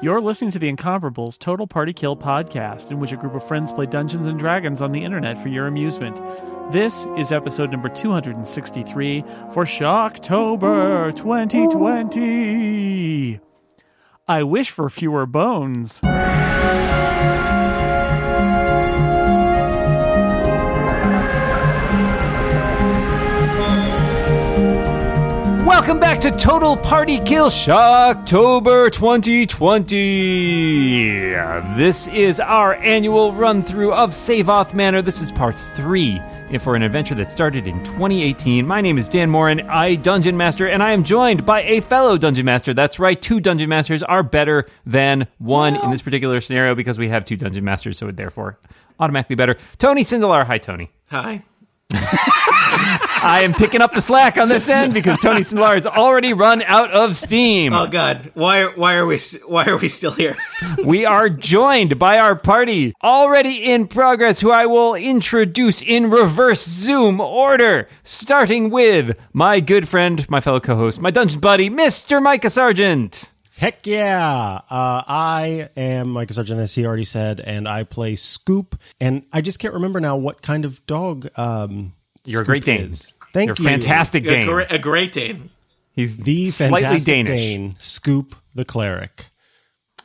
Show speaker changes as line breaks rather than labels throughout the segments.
You're listening to the Incomparables Total Party Kill podcast, in which a group of friends play Dungeons and Dragons on the internet for your amusement. This is episode number 263 for Shocktober 2020. I wish for fewer bones.
Welcome back to Total Party Kill Shocktober 2020. This is our annual run through of Savoth Manor. This is part three for an adventure that started in 2018. My name is Dan Morin, I Dungeon Master, and I am joined by a fellow Dungeon Master. That's right, two Dungeon Masters are better than one in this particular scenario because we have two Dungeon Masters, so it therefore automatically better. Tony Sindelar. Hi, Tony.
Hi.
I am picking up the slack on this end because Tony Sindelar has already run out of steam.
Oh God, why are why are we s- why are we still here?
We are joined by our party already in progress, who I will introduce in reverse Zoom order, starting with my good friend, my fellow co host, my dungeon buddy, Mr. Micah Sargent.
Heck yeah! Uh, I am Micah Sargent, as he already said, and I play Scoop. And I just can't remember now what kind of dog. Um,
You're a great
Scoop
Dane.
is. Thank
You're
you.
fantastic
A,
Dane.
gre- a great Dane.
He's
The
slightly
fantastic
Danish.
Dane, Scoop the cleric.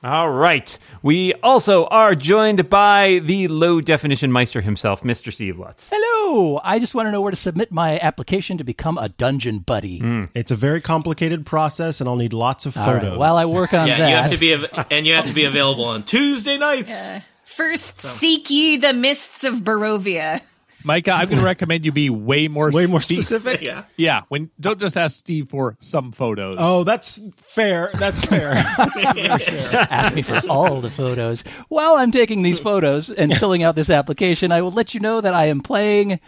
All right. We also are joined by the low definition meister himself, Mr. Steve Lutz.
Hello. I just want to know where to submit my application to become a dungeon buddy.
It's a very complicated process, and I'll need lots of
All right,
Hmm. photos.
while I work on
Yeah,
that,
you have to be av- and you have to be available on Tuesday nights.
First, seek ye the mists of Barovia.
Micah, I'm going to recommend you be way more
way more
spe-
specific.
Yeah,
Yeah, when don't just ask Steve for some photos.
Oh, that's fair. That's fair.
ask me for all the photos. While I'm taking these photos and filling out this application, I will let you know that I am playing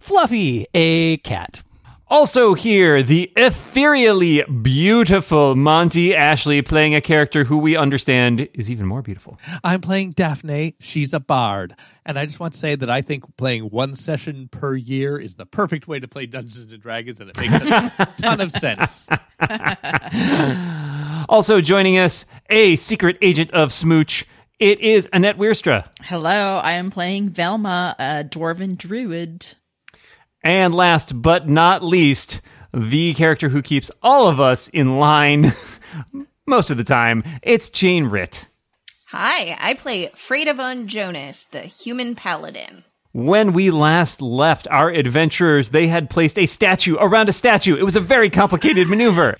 Fluffy, a cat.
Also here, the ethereally beautiful Monty Ashley playing a character who we understand is even more beautiful.
I'm playing Daphne. She's a bard, and I just want to say that I think playing one session per year is the perfect way to play Dungeons and Dragons, and it makes a ton of sense.
Also joining us, a secret agent of Smooch. It is Annette Weirstra.
Hello, I am playing Velma, a dwarven druid.
And last but not least, the character who keeps all of us in line most of the time, it's Jane Ritt.
Hi, I play Freda von Jonas, the human paladin.
When we last left our adventurers, they had placed a statue around a statue. It was a very complicated maneuver.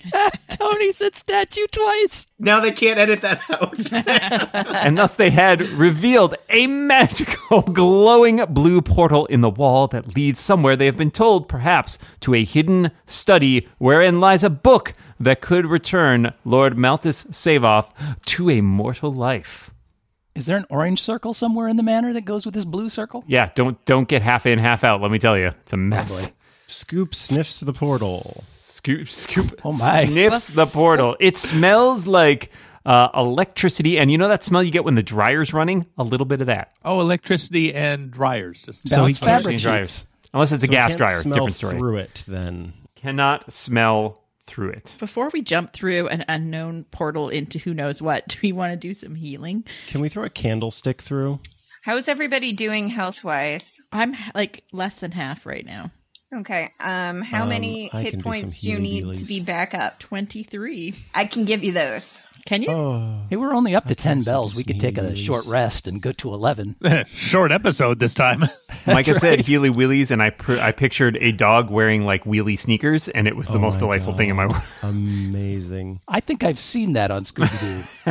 Tony said statue twice.
now they can't edit that out.
and thus they had revealed a magical glowing blue portal in the wall that leads somewhere they have been told perhaps to a hidden study wherein lies a book that could return lord malthus savoff to a mortal life
Is there an orange circle somewhere in the manor that goes with this blue circle?
yeah don't don't get half in half out let me tell you
Oh,
it's a mess
Scoop sniffs the portal.
scoop scoop
Oh my.
sniffs the portal it smells like uh, electricity and you know that smell you get when the dryer's running a little bit of that
Oh, electricity and dryers. Just
So he
Balanced
can't,
fabric
Change
sheets.
dryers unless it's a
so he
gas
can't
dryer
smell
different story
Through it, then.
cannot smell through it.
Before we jump through an unknown portal into who knows what, do we want to do some healing?
Can we throw a candlestick through?
How's everybody doing health wise?
I'm h- like less than half right now.
Okay, um, how
Um,
many
I
hit
can do
points
some
do you need
healy-dealies.
to be back up?
23.
I can give you those.
Can you?
Oh,
Hey, we're only up to 10 bells. We
some
could take a
healing.
short rest and go to 11.
short episode this time.
Micah said Healy Wheelies, and I pr- I pictured a dog wearing like wheelie sneakers, and it was the most delightful thing in Oh my world.
amazing.
I think I've seen that on Scooby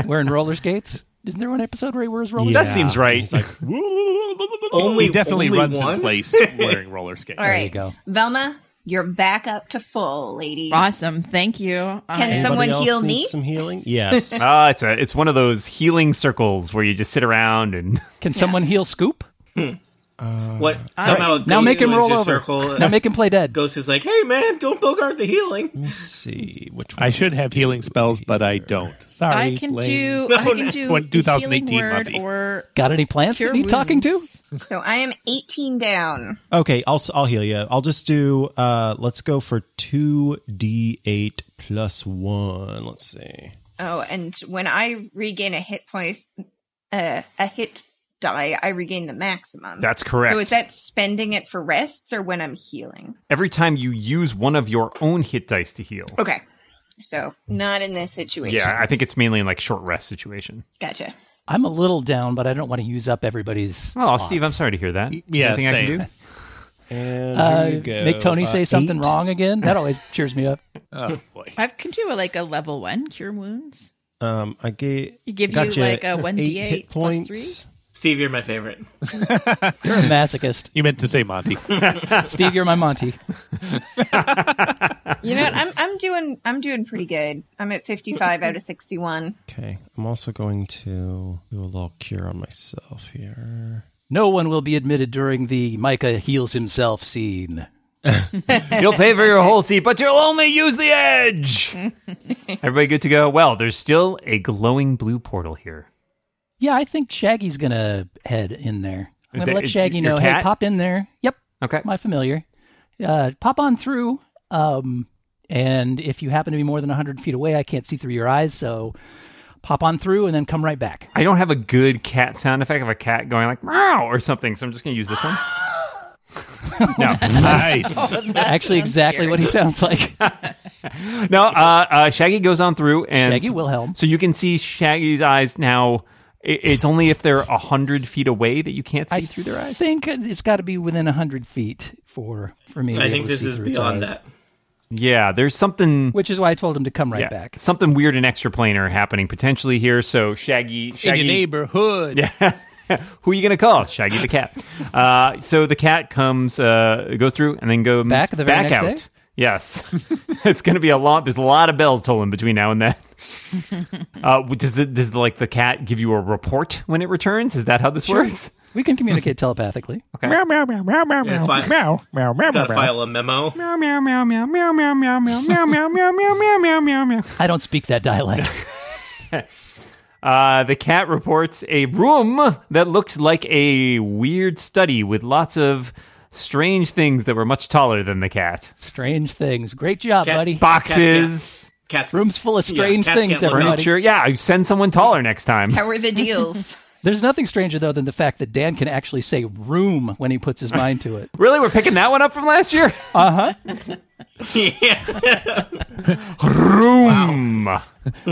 Doo. we're in roller skates. Isn't there one episode where he wears roller
That
Yeah.
seems right.
He's like,
only
he definitely
only
runs
one?
in place wearing roller skates.
All right,
you go.
Velma, you're back up to full, lady.
Awesome. Thank you. Um,
Can
I-
Anybody
someone
else
heal
need
me?
Some healing? Yes.
Ah, it's a it's one of those healing circles where you just sit around and
Can someone heal Scoop?
What somehow a
Uh, Now
ghost
make him
joins
roll
your
over.
Circle.
Now make him play dead.
Ghost is like, hey man, don't bogart the healing.
Let's see which one.
I should have healing spells, but I don't. Sorry,
I can
Lane.
do. I
No,
can
no.
do.
Twen-
a
2018
healing word
Monty.
or
Got any plants
cure
that need talking to?
wounds.
So I am 18 down.
Okay, I'll s- I'll heal you. I'll just do. uh Let's go for two d eight plus one. Let's see.
Oh, and when I regain a hit point, uh, a hit die, I regain the maximum.
That's correct.
So is that spending it for rests or when I'm healing?
Every time you use one of your own hit dice to heal.
Okay. So not in this situation.
Yeah, I think it's mainly in like short rest situation.
Gotcha.
I'm a little down, but I don't want to use up everybody's.
Oh, Steve, I'm sorry to hear that. Is there
yeah,
anything I can
same.
do?
And
Uh,
here you go.
make Tony
Uh,
say something
eight.
wrong again. That always cheers me up.
Oh boy.
I can do a, like a level one cure wounds.
Um, I gave.
You give you,
gotcha,
like, a
eight
1d8
hit
plus
points.
three?
Steve, you're my favorite.
You're a masochist,
You meant to say Monty.
Steve. You're my Monty.
You know, what? I'm I'm doing I'm doing pretty good. I'm at 55 out of 61.
Okay, I'm also going to do a little cure on myself here.
No one will be admitted during the Micah heals himself scene.
You'll pay for your whole seat, but you'll only use the edge. Everybody good to go? Well, there's still a glowing blue portal here.
Yeah, I think Shaggy's gonna head in there.
Is
I'm gonna
that-
let
is
Shaggy
your
know. Hey,
cat?
pop in there. Yep,
Okay.
my familiar. Uh, pop on through. Um, and if you happen to be more than 100 feet away, I can't see through your eyes, so pop on through and then come right back.
I don't have a good cat sound effect of a cat going like meow or something, so I'm just gonna use this one. no,
nice.
Actually, exactly what he sounds like.
no. Uh, uh, Shaggy goes on through, and
Shaggy Wilhelm.
So you can see Shaggy's eyes now. I- It's only if they're a hundred feet away that you can't see
I
through their eyes.
think it's got to be within 100 feet for for me. to
I
be
think
able to
this
see
is
through its
beyond
eyes.
that.
Yeah, there's something.
Which is why I told him to come right
yeah,
back.
something weird and extraplanar happening potentially here. So Shaggy,
In
Shaggy,
your neighborhood. Yeah.
Who are you going to call? Shaggy the cat. Uh, so the cat comes, uh, goes through, and then goes
Back the very
back
next
out.
day?
Yes, it's going to be a lot. There's a lot of bells tolling between now and then. Uh, does it, does like the cat give you a report when it returns? Is that how this works?
We can communicate telepathically.
Meow, meow,
Gotta fi- Gotta file a memo.
meow, meow, meow, meow, meow, meow, meow, meow, meow, meow, meow, meow, meow, meow, meow.
I don't speak that dialect.
Uh, the cat reports a room that looks like a weird study with lots of strange things that were much taller than the cat.
strange things. Great job,
Cat-
buddy.
Boxes,
Cats.
Rooms full of
Yeah,
strange
cats
things,
can't look
everybody.
up.
furniture. Yeah, you send someone taller next time.
How are the deals?
There's nothing stranger though than the fact that Dan can actually say room when he puts his mind to it.
Really, we're picking that one up from last year.
yeah.
Room.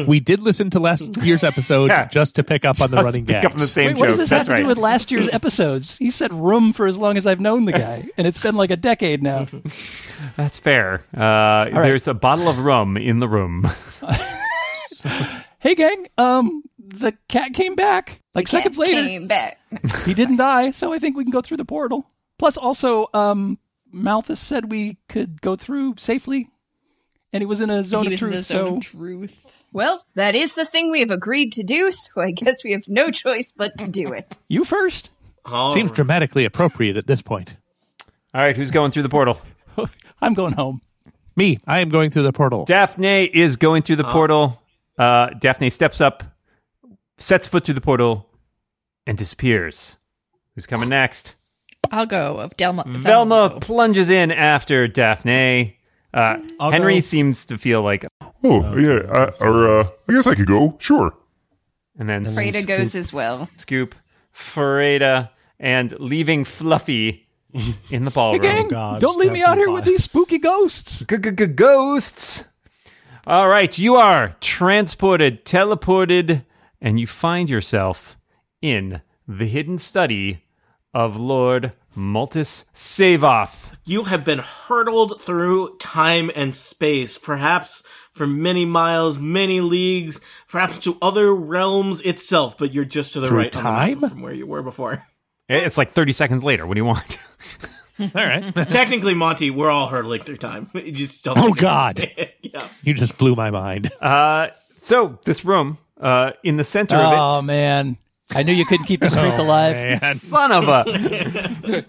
We did listen to last year's episode
Yeah.
just to pick up on the
Let's
running
pick
gags.
up on the same
Wait, what does
jokes.
this have
That's
to
right.
do with last year's episodes? He said room for as long as I've known the guy, and it's been like a decade now.
That's fair. Uh, There's a bottle of rum in the room.
Hey, gang. Um, the cat came back like
Cat
seconds later.
Came back.
He didn't die, so I think we can go through the portal. Plus, also, um, Malthus said we could go through safely, and he was in a zone
he
of
was
truth.
in the zone
so
of truth.
Well, that is the thing we have agreed to do, so I guess we have no choice but to do it.
you first.
All
Seems
right.
dramatically appropriate at this point.
All right, who's going through the portal?
I'm going home.
Me, I am going through the portal.
Daphne is going through the portal. Uh, Daphne steps up, sets foot through the portal, and disappears. Who's coming next?
I'll go of Delma.
Velma plunges in after Daphne. Uh,
I'll
Henry
go.
seems to feel like,
Oh, yeah, I, or uh, I guess I could go. Sure.
and then
And-
Freda goes as well.
Scoop, Freda, and leaving Fluffy in the
Gang,
ballroom.
God,
don't leave
have
me
some
out here
fun.
with these spooky ghosts.
Ghosts. All right, you are transported, teleported, and you find yourself in the hidden study of Lord Maltus Savoth.
You have been hurtled through time and space, perhaps for many miles, many leagues, perhaps to other realms itself, but you're just to the
Through
right on the map
time?
from where you were before.
Eh, It's like 30 seconds later. What do you want?
All right.
Technically, Monty, we're all hurtling through time. You just don't
Oh,
think-
God.
yeah.
You just blew my mind.
Uh, so, this room, uh, in the center of it. Oh,
Oh man, I knew you couldn't keep the streak alive.
son of a.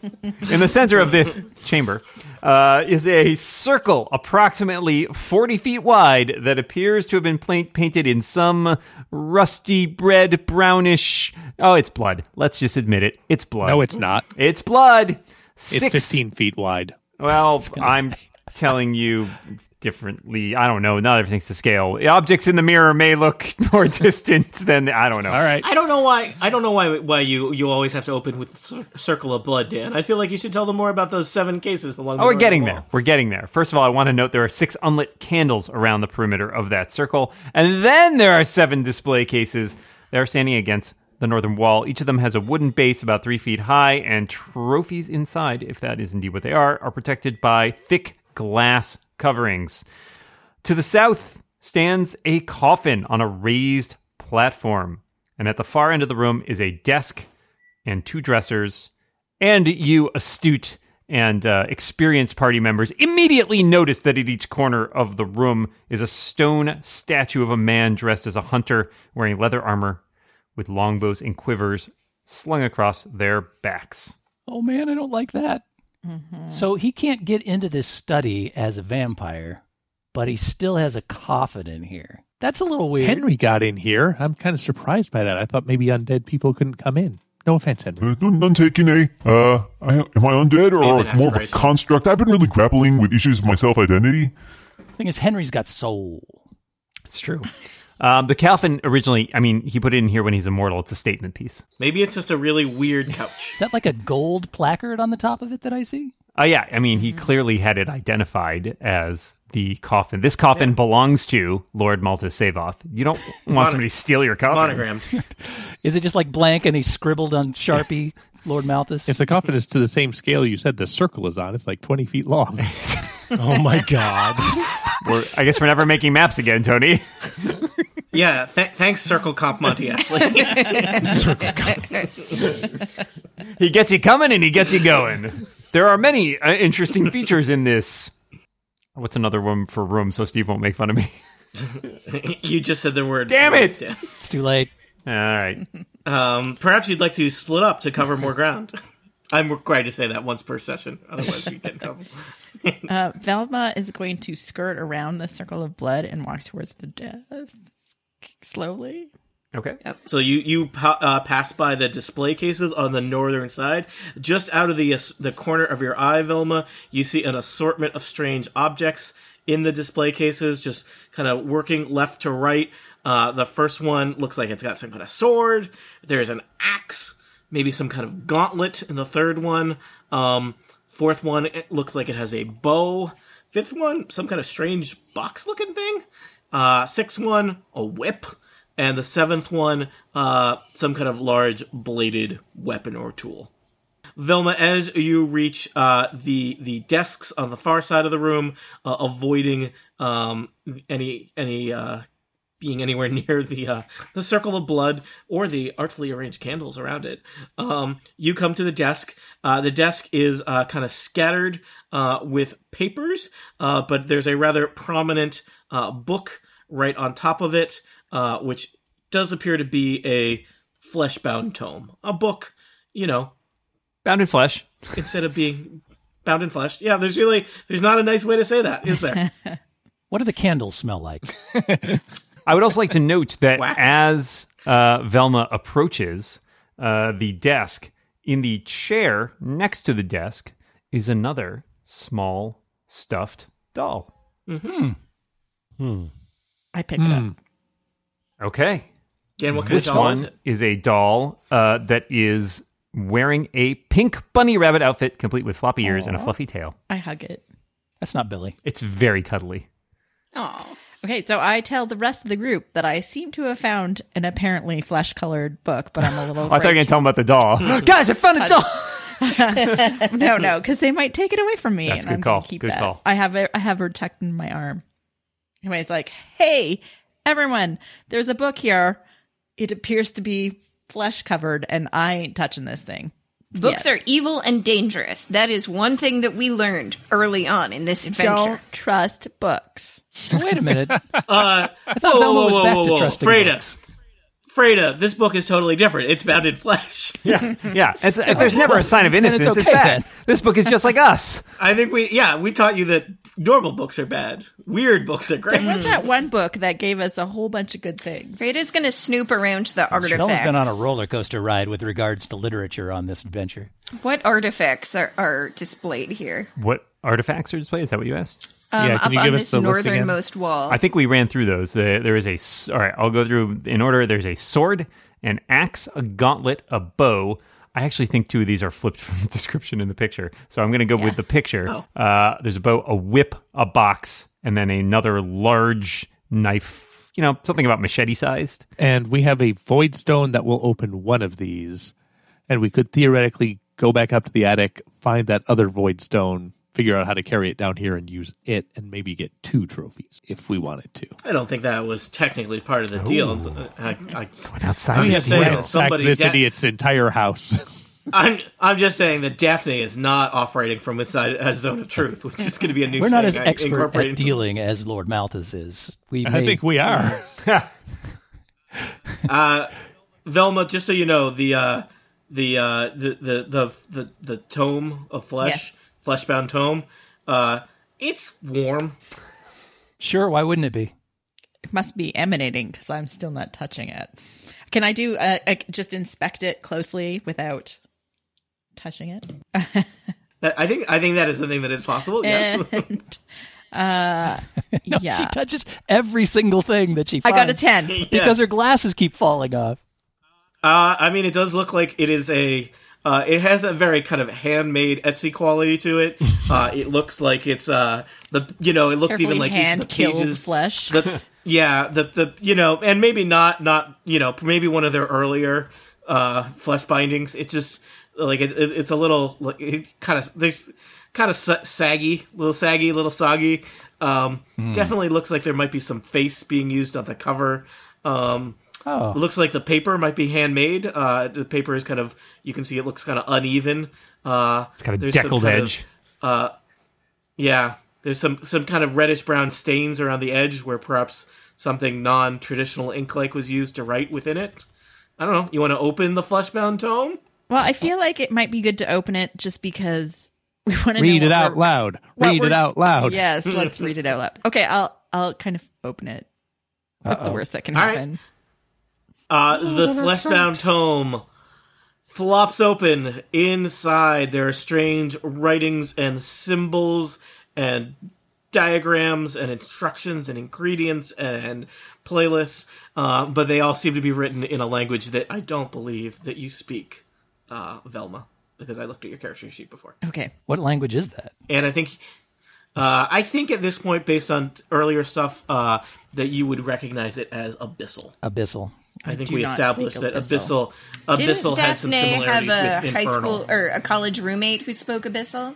In the center of this chamber uh, is a circle approximately 40 feet wide that appears to have been pla- painted in some rusty red brownish. Oh, it's blood. Let's just admit it. It's blood.
No, it's not.
It's blood.
It's
Six,
15 feet wide.
Well, I'm telling you differently. I don't know. Not everything's to scale. Objects in the mirror may look more distant than I don't know.
All right.
I don't know why. I don't know why. Why you you always have to open with the cir- circle of blood, Dan? I feel like you should tell them more about those seven cases along. the
Oh, we're
Northern
getting
Wall.
there. We're getting there. First of all, I want to note there are six unlit candles around the perimeter of that circle, and then there are seven display cases that are standing against the northern wall. Each of them has a wooden base about three feet high, and trophies inside, if that is indeed what they are, are protected by thick glass coverings. To the south stands a coffin on a raised platform, and at the far end of the room is a desk and two dressers, and you, astute and uh, experienced party members, immediately notice that at each corner of the room is a stone statue of a man dressed as a hunter wearing leather armor with longbows and quivers slung across their backs.
Oh man, I don't like that. So he can't get into this study as a vampire, but he still has a coffin in here. That's a little weird.
Henry got in here. I'm kind of surprised by that. I thought maybe undead people couldn't come in. No offense, Henry.
Uh, don't, don't take in a, uh, I, am I undead or
Even
more of a
aspiration.
construct? I've been really grappling with issues of my self-identity.
thing is, Henry's got soul.
It's true. Um, the Calvin originally, I mean, he put it in here when he's immortal. It's a statement piece.
Maybe it's just a really weird couch.
Is that like a gold placard on the top of it that I see?
Oh, yeah. I mean, he clearly had it identified as the coffin. This coffin belongs to Lord Malta Savoth. You don't want somebody to steal your coffin.
Monogrammed.
Is it just like blank and he scribbled on Sharpie, Lord Malthus?
If the coffin is to the same scale you said the circle is on, it's like 20 feet long.
Oh my god.
We're, I guess we're never making maps again, Tony.
Yeah. Th- thanks, Circle Comp Monty Astley.
He gets you coming and he gets you going. There are many uh, interesting features in this. What's another room for room so Steve won't make fun of me?
you just said the word.
Damn it!
Yeah.
it's too late.
All right.
Um, perhaps you'd like to split up to cover more ground. I'm required to say that once per session, otherwise we get in trouble.
Uh, Velma is going to skirt around the circle of blood and walk towards the desk slowly.
Okay.
So you you pa- uh, pass by the display cases on the northern side. Just out of the as- the corner of your eye, Vilma, you see an assortment of strange objects in the display cases, just kind of working left to right. Uh, the first one looks like it's got some kind of sword. There's an axe, maybe some kind of gauntlet in the third one. Um, fourth one, it looks like it has a bow. Fifth one, some kind of strange box looking thing. Uh, sixth one, a whip. And the seventh one, uh, some kind of large bladed weapon or tool. Vilma, as you reach uh, the the desks on the far side of the room, uh, avoiding um, any any uh, being anywhere near the uh, the circle of blood or the artfully arranged candles around it. Um, you come to the desk. Uh, the desk is uh, kind of scattered uh, with papers, uh, but there's a rather prominent uh, book right on top of it, uh, which does appear to be a flesh-bound tome, a book. You know,
Bound in flesh.
instead of being bound in flesh. Yeah, there's really there's not a nice way to say that, is there?
What do the candles smell like?
I would also like to note that
Wax.
as uh, Velma approaches uh, the desk, in the chair next to the desk is another small stuffed doll.
I pick
Hmm.
it up.
Okay.
Dan, what kind
This
of doll is
one
it?
is a doll uh, that is wearing a pink bunny rabbit outfit, complete with floppy ears and a fluffy tail.
I hug it.
That's not Billy.
It's very cuddly.
Oh,
Okay, so I tell the rest of the group that I seem to have found an apparently flesh colored book, but I'm a little.
I thought you were going
afraid
to tell them about the doll. Guys, I found a doll.
to- no, no, because they might take it away from me.
That's a
and
good
I'm gonna
call.
Keep
Good
that.
call.
I have it. I have her tucked in my arm. Anyways, like, hey, everyone, there's a book here. It appears to be flesh covered, and I ain't touching this thing.
books are evil and dangerous. That is one thing that we learned early on in this adventure.
Don't trust books.
Wait a minute.
Uh,
I thought Velma was back to trusting
Freda,
books.
Freda, this book is totally different. It's bound in flesh.
Yeah, yeah. It's, if there's never a sign of
it's
innocence, it's,
okay
that.
then.
This book is just like us.
I think we, yeah, we taught you that Normal books are bad. Weird books are great.
There was that one book that gave us a whole bunch of good things.
Rada's going to snoop around the artifacts.
Sheldon's been on a roller coaster ride with regards to literature on this adventure.
What artifacts are, are displayed here?
What artifacts are displayed? Is that what you asked?
Um,
Yeah, can
up
you give
on
us
this
the list again?
northernmost wall.
I think we ran through those. The- There is a s- all right. I'll go through in order. There's a sword, an axe, a gauntlet, a bow. I actually think two of these are flipped from the description in the picture, so I'm going to go with the picture.
Oh.
Uh, there's a bow, a whip, a box, and then another large knife. You know, something about machete sized.
And we have a void stone that will open one of these. And we could theoretically go back up to the attic, find that other void stone, figure out how to carry it down here and use it, and maybe get two trophies if we wanted to.
I don't think that was technically part of the deal. I, I,
Outside,
I'm
the
just saying
deal.
that
Back to
uh, somebody.
this
da-
idiot's entire house.
I'm I'm just saying that Daphne is not operating from inside a zone of truth, which is going to be a new.
We're not as
thing I
expert
incorporate
at
into-
dealing as Lord Malthus is. We
I
may-
think we are.
Velma, just so you know, the uh, the, uh, the the the the the tome of flesh, fleshbound tome. Uh, it's warm.
sure. Why wouldn't it be?
It must be emanating because I'm still not touching it. Can I do uh, uh, just inspect it closely without touching it?
That, I think I think that is the thing that is possible.
Eh.
Yes.
And uh,
No,
yeah,
she touches every single thing that she.
I
Finds
got a ten.
because her glasses keep falling off.
Uh, I mean, it does look like it is a. Uh, it has a very kind of handmade Etsy quality to it. Uh, it looks like it's uh, the you know it looks even
Carefully
like each of the
hand killed
pages.
flesh.
The, yeah, the the you know, and maybe not not you know maybe one of their earlier uh, flesh bindings. It's just like it, it, it's a little like it kind of there's kind of sa- saggy, little saggy, little soggy. Um, Definitely looks like there might be some face being used on the cover. Um,
Oh.
it looks like the paper might be handmade. Uh, the paper is kind of you can see it looks kind of uneven. Uh, it's
got a deckled edge.
uh, yeah, there's some some kind of reddish brown stains around the edge where perhaps something non-traditional ink like was used to write within it. I don't know. You want to open the fleshbound tome?
Well, I feel like it might be good to open it just because we want to
Read it out loud.
what
Read it
we're-
out loud.
Yes, let's read it out loud. Okay, I'll I'll kind of open it. That's the worst that can
All right.
happen.
Uh, the fleshbound tome flops open. Inside, there are strange writings and symbols and diagrams and instructions and ingredients and playlists, uh, but they all seem to be written in a language that I don't believe that you speak, uh, Velma, because I looked at your character sheet before,
Okay,
What language is that?
and I think. Uh, I think at this point, based on earlier stuff, uh, that you would recognize it as abyssal.
Abyssal.
I think
do
we
not
established that
speak Abyssal.
Abyssal
Didn't
Abyssal had some
Daphne have
similarities
a
with
high
Infernal.
school or a college roommate who spoke Abyssal?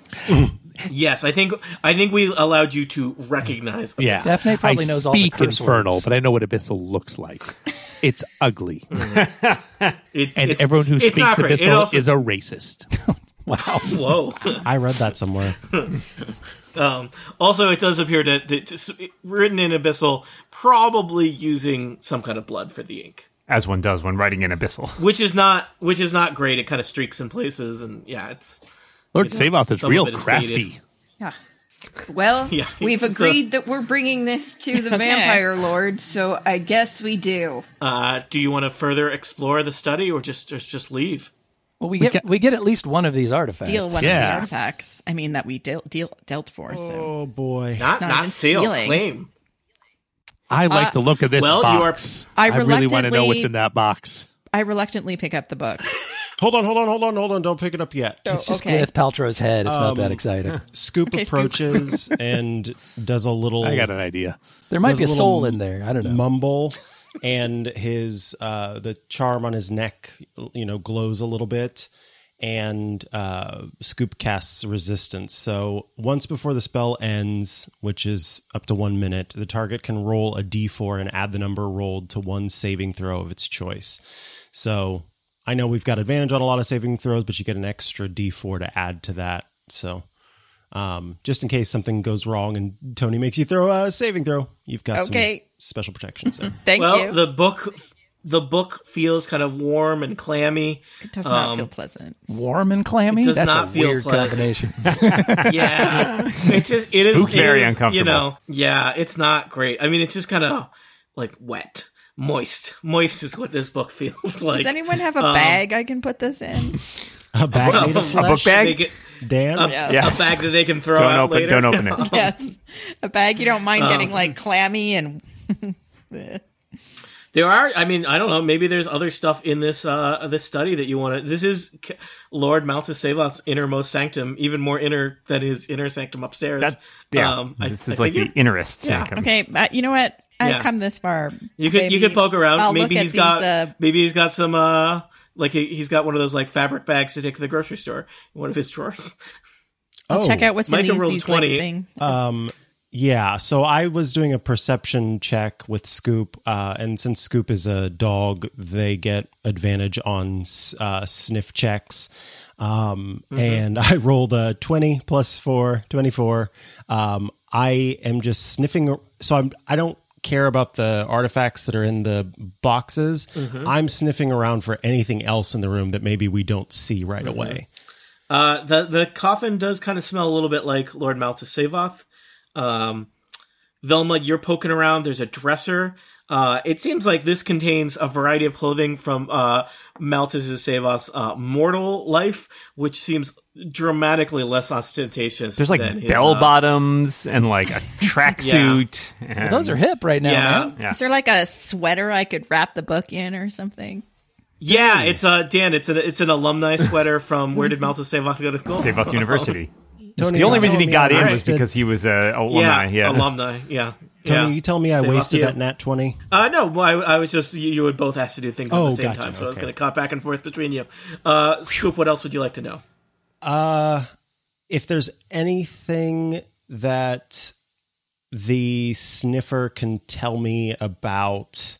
Yes, I think I think we allowed you to recognize. Abyssal.
Yeah.
Daphne probably
I
knows all the
speak
curse
infernal,
words.
but I know what abyssal looks like. It's ugly.
It-
and
Mm. it's-
everyone who
it's
speaks
not great. It
abyssal
also-
is a racist.
whoa.
I read that somewhere.
um, also, it does appear that, that it's written in Abyssal, probably using some kind of blood for the ink,
as one does when writing in abyssal.
which is not which is not great. It kind of streaks in places, and yeah, it's
Lord Savoth is
Some
real
of it is
crafty.
faded.
Well,
Yeah,
we've
it's, uh,
agreed that we're bringing this to the vampire lord, so I guess we do.
Uh, do you want to further explore the study, or just or just leave?
Well, we, get we get at least one of these artifacts.
deal one of
Yeah.
the artifacts. I mean that we deal, deal dealt for. So
Oh boy.
Not
not
not,
even
seal
stealing.
claim.
I like the look of this
Uh, well, you are-
box.
I
really want to know what's
reluctantly-
in that box.
I reluctantly pick up the book.
Hold on, hold on, hold on, hold on. Don't pick it up yet.
Oh,
It's just
okay.
Gwyneth Paltrow's head. It's not that exciting.
Scoop
Okay, Scoop.
approaches and does a little
I got an idea.
There
There's
might be a
a little
soul in there. I don't know.
mumble and his uh the charm on his neck you know glows a little bit and uh scoop casts resistance so once before the spell ends which is up to 1 minute the target can roll a d4 and add the number rolled to one saving throw of its choice so i know we've got advantage on a lot of saving throws but you get an extra d4 to add to that so um, just in case something goes wrong and Tony makes you throw a saving throw, you've got
Okay.
some special protections there.
Thank
well,
you.
the book the book feels kind of warm and clammy.
It does not
um,
feel pleasant.
Warm and clammy.
It does
That's
not
a
feel
weird
pleasant.
combination.
Yeah, it's just it is
Spooky.
it
Very
is, You
uncomfortable.
know, yeah, it's not great. I mean, it's just kind of like wet, moist, moist is what this book feels like. um,
Does anyone have a bag I can put this in?
A bag
A-
made of
a
flesh,
book bag?
They get
Dan.
a,
Yeah.
a
Yes.
bag that they can throw
Don't
out
open-
later.
don't open it.
yes, a bag you don't mind
Um,
getting like clammy and.
There are. I mean, I don't know. Maybe there's other stuff in this uh this study that you want to. This is K- Lord Malthus Savot's innermost sanctum, even more inner than his inner sanctum upstairs. Um,
That- yeah.
I-
this
I
is like
figured-
the interest.
Yeah.
sanctum.
Okay, but you know what? I've
Yeah.
come this far.
You could you
Maybe
could poke around.
I'll
maybe
look at
he's got
these, uh,
maybe he's got some uh like he, he's got one of those like fabric bags to take to the grocery store in one of his drawers.
oh,
check out what's
Micah
in these,
rolled
these
20.
like, thing.
Uh.
Um, yeah. So I was doing a perception check with Scoop, uh, and since Scoop is a dog, they get advantage on s- uh, sniff checks. Um, And I rolled a 20 plus 4, 24. Um, I am just sniffing. So I'm, I don't care about the artifacts that are in the boxes. I'm sniffing around for anything else in the room that maybe we don't see right away.
Uh, the the coffin does kind of smell a little bit like Lord Malthus Savoth. Um, Velma, you're poking around. There's a dresser. Uh, it seems like this contains a variety of clothing from uh, Malthus Savoth's uh, mortal life, which seems dramatically less ostentatious.
There's
than
like
his,
bell
uh,
bottoms and like a tracksuit. and-
Those are hip right now,
Yeah.
man.
Is there like a sweater I could wrap the book in or something?
Hmm.
Yeah, it's uh Dan. It's an it's an alumni sweater from where did Malthus Savoth go to school?
Savebuff University.
Tony,
the only
you're
reason he
telling me
got
I
in was
wasted-
because he was a
Yeah,
alumni. Yeah,
alumni. Yeah.
Tony,
yeah.
you tell me I
Savoth,
wasted
you.
that nat 20.
Uh, no, well, I, I was just you, you would both have to do things at
Oh,
the same
gotcha,
time, so I was
okay.
going to cut back and forth between you. Uh, Scoop, what else would you like to know?
Uh, if there's anything that the sniffer can tell me about,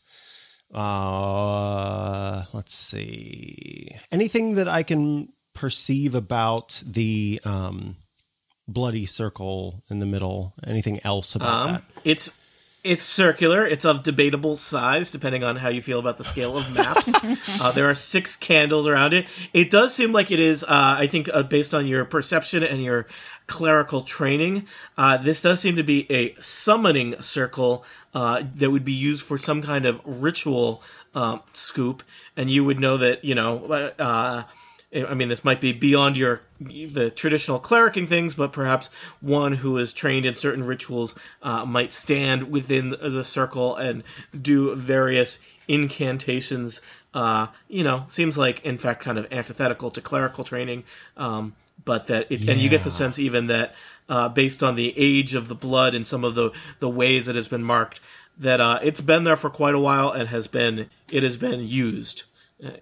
uh, let's see, anything that I can perceive about the um, bloody circle in the middle, anything else about
Um,
that?
It's it's circular. It's of debatable size, depending on how you feel about the scale of maps. uh, there are six candles around it. It does seem like it is. Uh, I think uh, based on your perception and your clerical training, uh, this does seem to be a summoning circle uh, that would be used for some kind of ritual um, scoop. And you would know that you know. Uh, I mean, this might be beyond your the traditional clericing things, but perhaps one who is trained in certain rituals uh, might stand within the circle and do various incantations. Uh, you know, seems like in fact kind of antithetical to clerical training, um, but that it, and you get the sense even that uh, based on the age of the blood and some of the the ways it has been marked, that uh, it's been there for quite a while and has been it has been used.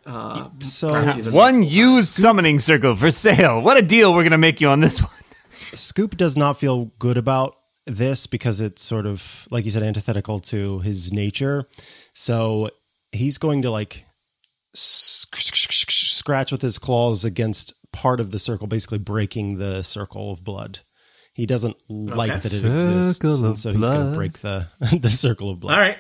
Uh,
So,
One used summoning circle for sale. What a deal we're going to make you on this one.
Scoop does not feel good about this because it's sort of like you said antithetical to his nature. So he's going to like sc- sc- sc- scratch with his claws against part of the circle, basically breaking the circle of blood. He doesn't like that it exists,
Circle
and
of
so he's going
blood.
to break the the circle of blood.
All right.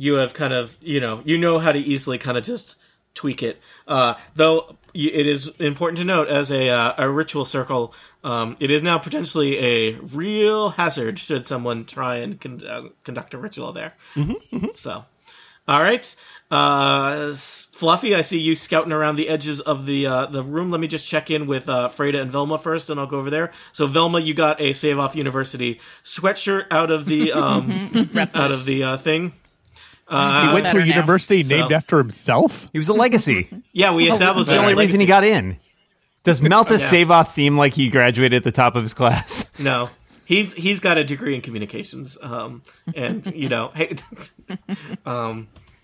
You have kind of, you know, you know how to easily kind of just tweak it. Uh, though y- it is important to note, as a uh, a ritual circle, um, it is now potentially a real hazard should someone try and con- uh, conduct a ritual there. So, all right, uh, S- Fluffy, I see you scouting around the edges of the uh, the room. Let me just check in with uh, Freda and Velma first, and I'll go over there. So, Velma, you got a Save Off University sweatshirt out of the um, out of the uh, thing.
he went to
Better
a
now.
university
So-
named after himself.
He was a legacy.
Yeah, we established
That's Oh, the
that.
only reason he got in. Does Malthus
Yeah.
Savoth seem like he graduated at the top of his class?
No, he's he's got a degree in communications, um, and you know, hey,
I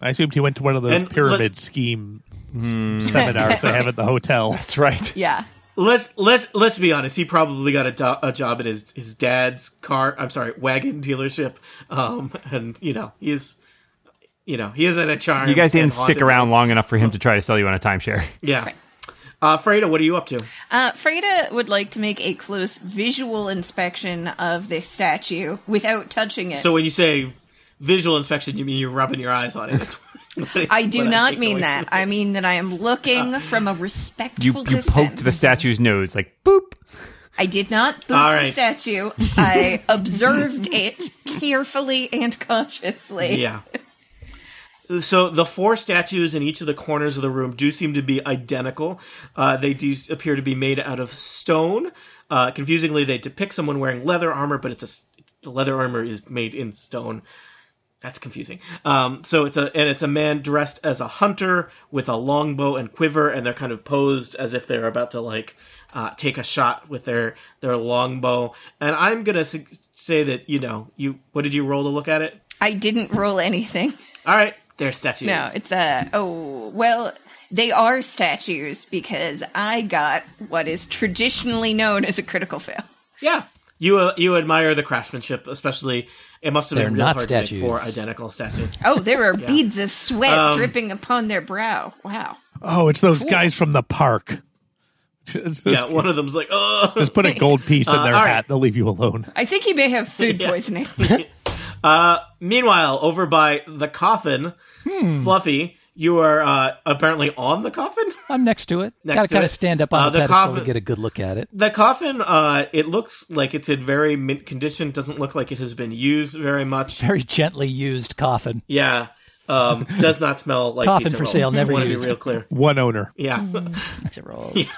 assumed he went to one of those
And let-
pyramid scheme Hmm. seminars they have at the hotel.
That's right.
Yeah.
let's let's let's be honest. He probably got a, do- a job at his his dad's car. I'm sorry, wagon dealership. Um, and you know, he's you know he isn't a charm.
You guys
and
didn't stick
haunted
around
life.
long enough for him to try to sell you on a timeshare.
Yeah. Uh, Freda, what are you up to?
Uh, Freda would like to make a close visual inspection of this statue without touching it.
So when you say visual inspection, you mean you're rubbing your eyes on it.
I Uh, do
But I
not
think
mean
going-
that. I mean that I am looking from a respectful
You, you
distance.
poked the statue's nose, like boop.
I did not boot
All
the
right.
statue. I observed it carefully and consciously.
Yeah. So the four statues in each of the corners of the room do seem to be identical. Uh, they do appear to be made out of stone. Uh, confusingly, they depict someone wearing leather armor, but it's a s- the leather armor is made in stone. That's confusing. Um, so it's a and it's a man dressed as a hunter with a longbow and quiver, and they're kind of posed as if they're about to like uh, take a shot with their their longbow. And I'm gonna su- say that you know you what did you roll to look at it?
I didn't roll anything.
All right, they're statues.
No, it's a oh well, they are statues because I got what is traditionally known as a critical fail.
yeah. You uh, you admire the craftsmanship, especially it must have
They're
been real
not
hard to make
statues.
four identical statues.
Oh, there are beads of sweat dripping upon their brow. Wow.
Oh, it's those guys from the park. Just,
yeah, one of them's like, oh.
just put a gold piece in
Uh,
their
all right.
hat. They'll leave you alone.
I think he may have food poisoning.
Uh, meanwhile, over by the coffin,
Hmm.
Fluffy, you are uh, apparently on the coffin.
I'm next to it.
Next
Gotta
to
kind
it.
of stand up on
Uh,
the,
the
pedestal
coffin-
to get a good look at it.
The coffin, uh, it looks like it's in very mint condition. Doesn't look like it has been used very much.
Very gently used coffin.
Yeah, um, does not smell like
Coffin
pizza
for
rolls.
sale, never
I want to
used. Hmm.
be real clear.
One owner.
Yeah.
Pizza rolls.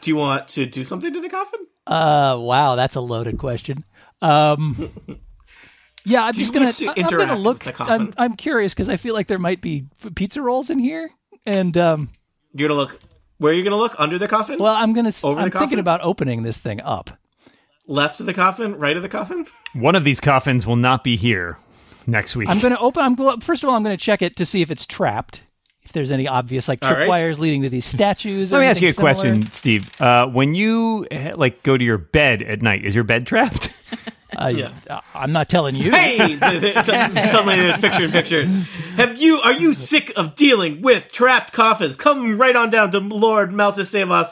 Do you want to do something to the coffin?
Uh, wow, that's a loaded question. Um, yeah, I'm
you
just gonna.
wish to
I- I'm
interact
gonna
with
look.
the coffin?
I'm, I'm curious because I feel like there might be f- pizza rolls in here, and um,
You're gonna look. Where are you gonna look? Under the coffin?
well, I'm gonna. s-
Over the
I'm thinking
coffin?
about opening this thing up.
Left of the coffin? Right of the coffin?
One of these coffins will not be here next week.
I'm gonna open. I'm go- first of all, I'm gonna check it to see if it's trapped. If there's any obvious like
All right.
tripwires leading to these statues. or
Let me ask you a
anything similar.
question, Steve. Uh, when you eh, like go to your bed at night, is your bed trapped?
I, am Uh, not telling you.
Hey! So- so- Suddenly there's picture in picture. Have you are you sick of dealing with trapped coffins? Come right on down to Lord Maltasavos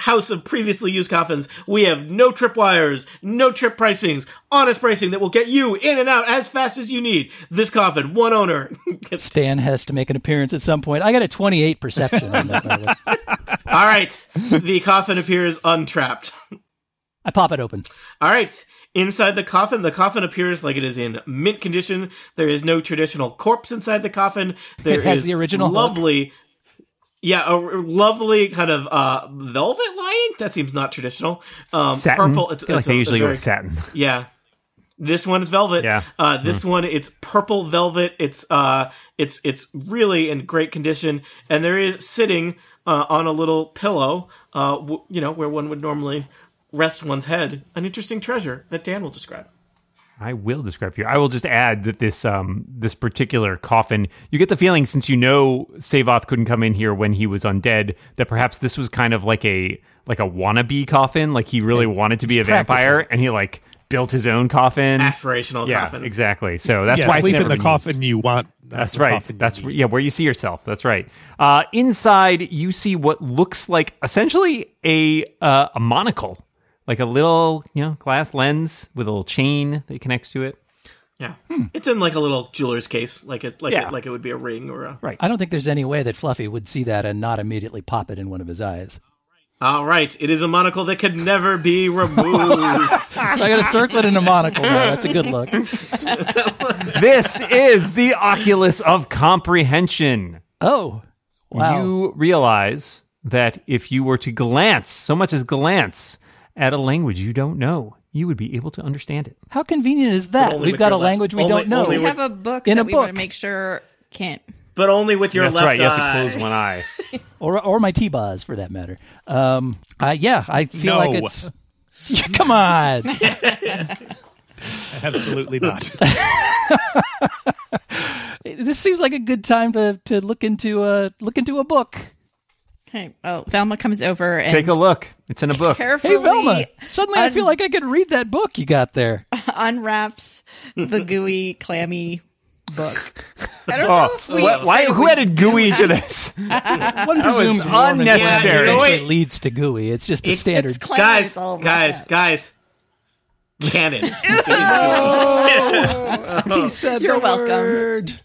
house of previously used coffins. We have no tripwires, no trip pricings, honest pricing that will get you in and out as fast as you need. This coffin, one owner.
Stan has to make an appearance at some point. I got a 28 perception on that. by the way.
Alright. The coffin appears untrapped.
I pop it open.
All right. Inside the coffin, the coffin appears like it is in mint condition. There is no traditional corpse inside the coffin. There
It has
is
the original
lovely, yeah, a r- lovely kind of uh, velvet lining. That seems not traditional. Um,
Satin.
purple. It's,
I feel like
it's
they
a- a
usually go
very-
with satin.
Yeah. This one is velvet.
Yeah. Hmm.
Uh, this one it's purple velvet. It's uh, it's it's really in great condition, and there is sitting uh, on a little pillow, uh, w- you know, where one would normally rest one's head. An interesting treasure that Dan will describe.
I will describe for you. I will just add that this um this particular coffin, you get the feeling since you know Savoth couldn't come in here when he was undead, that perhaps this was kind of like a like a wannabe coffin. Like he really wanted to be a vampire, and he like built his own coffin.
Aspirational
yeah,
coffin.
exactly. So that's why it's
sleep
never
in the
been
coffin
used.
you want. not
That's
the
right.
coffin you
That's
need.
yeah, where you see yourself. That's right. Uh, inside, you see what looks like essentially a uh, a monocle, like a little you know glass lens with a little chain that connects to it.
Yeah, it's in like a little jeweler's case, like it, like
Hmm. Yeah.
it, like it would be a ring or a.
I don't think there's any way that Fluffy would see that and not immediately pop it in one of his eyes.
All right, it is a monocle that could never be removed.
So I got to circle it in a monocle. Now. That's a good look.
this is the Oculus of comprehension.
Oh, wow.
You realize that if you were to glance, so much as glance, at a language you don't know, you would be able to understand it.
How convenient is that?
only
We've
with
got a
your left-
language we
only-
don't know.
only
We
with-
have a book
In
that
a
we want to
book.
make sure can't.
but only with your
That's
left
right. You have
eye.
to close one eye.
or, or my T-Boz for that matter. Um, uh, yeah, I feel
No.
like it's. Yeah, come on.
Absolutely not.
this seems like a good time to, to look into a look into a book.
Okay. Oh, Velma comes over and
Take a look. It's in a book.
carefully
Hey, Velma. Suddenly, I
un-
feel like I could read that book you got there.
unwraps the gooey, clammy book. I don't know if we.
Oh, Wh- why?
said
Who
we-
added gooey to this?
One presumes warm and
unnecessary.
fuzzy
Yeah, you know
eventually
what?
leads to gooey. It's just a
It's-
standard.
It's clammy,
guys,
it's all
guys,
wrapped up.
guys. Cannon.
He said
You're
the
welcome.
word.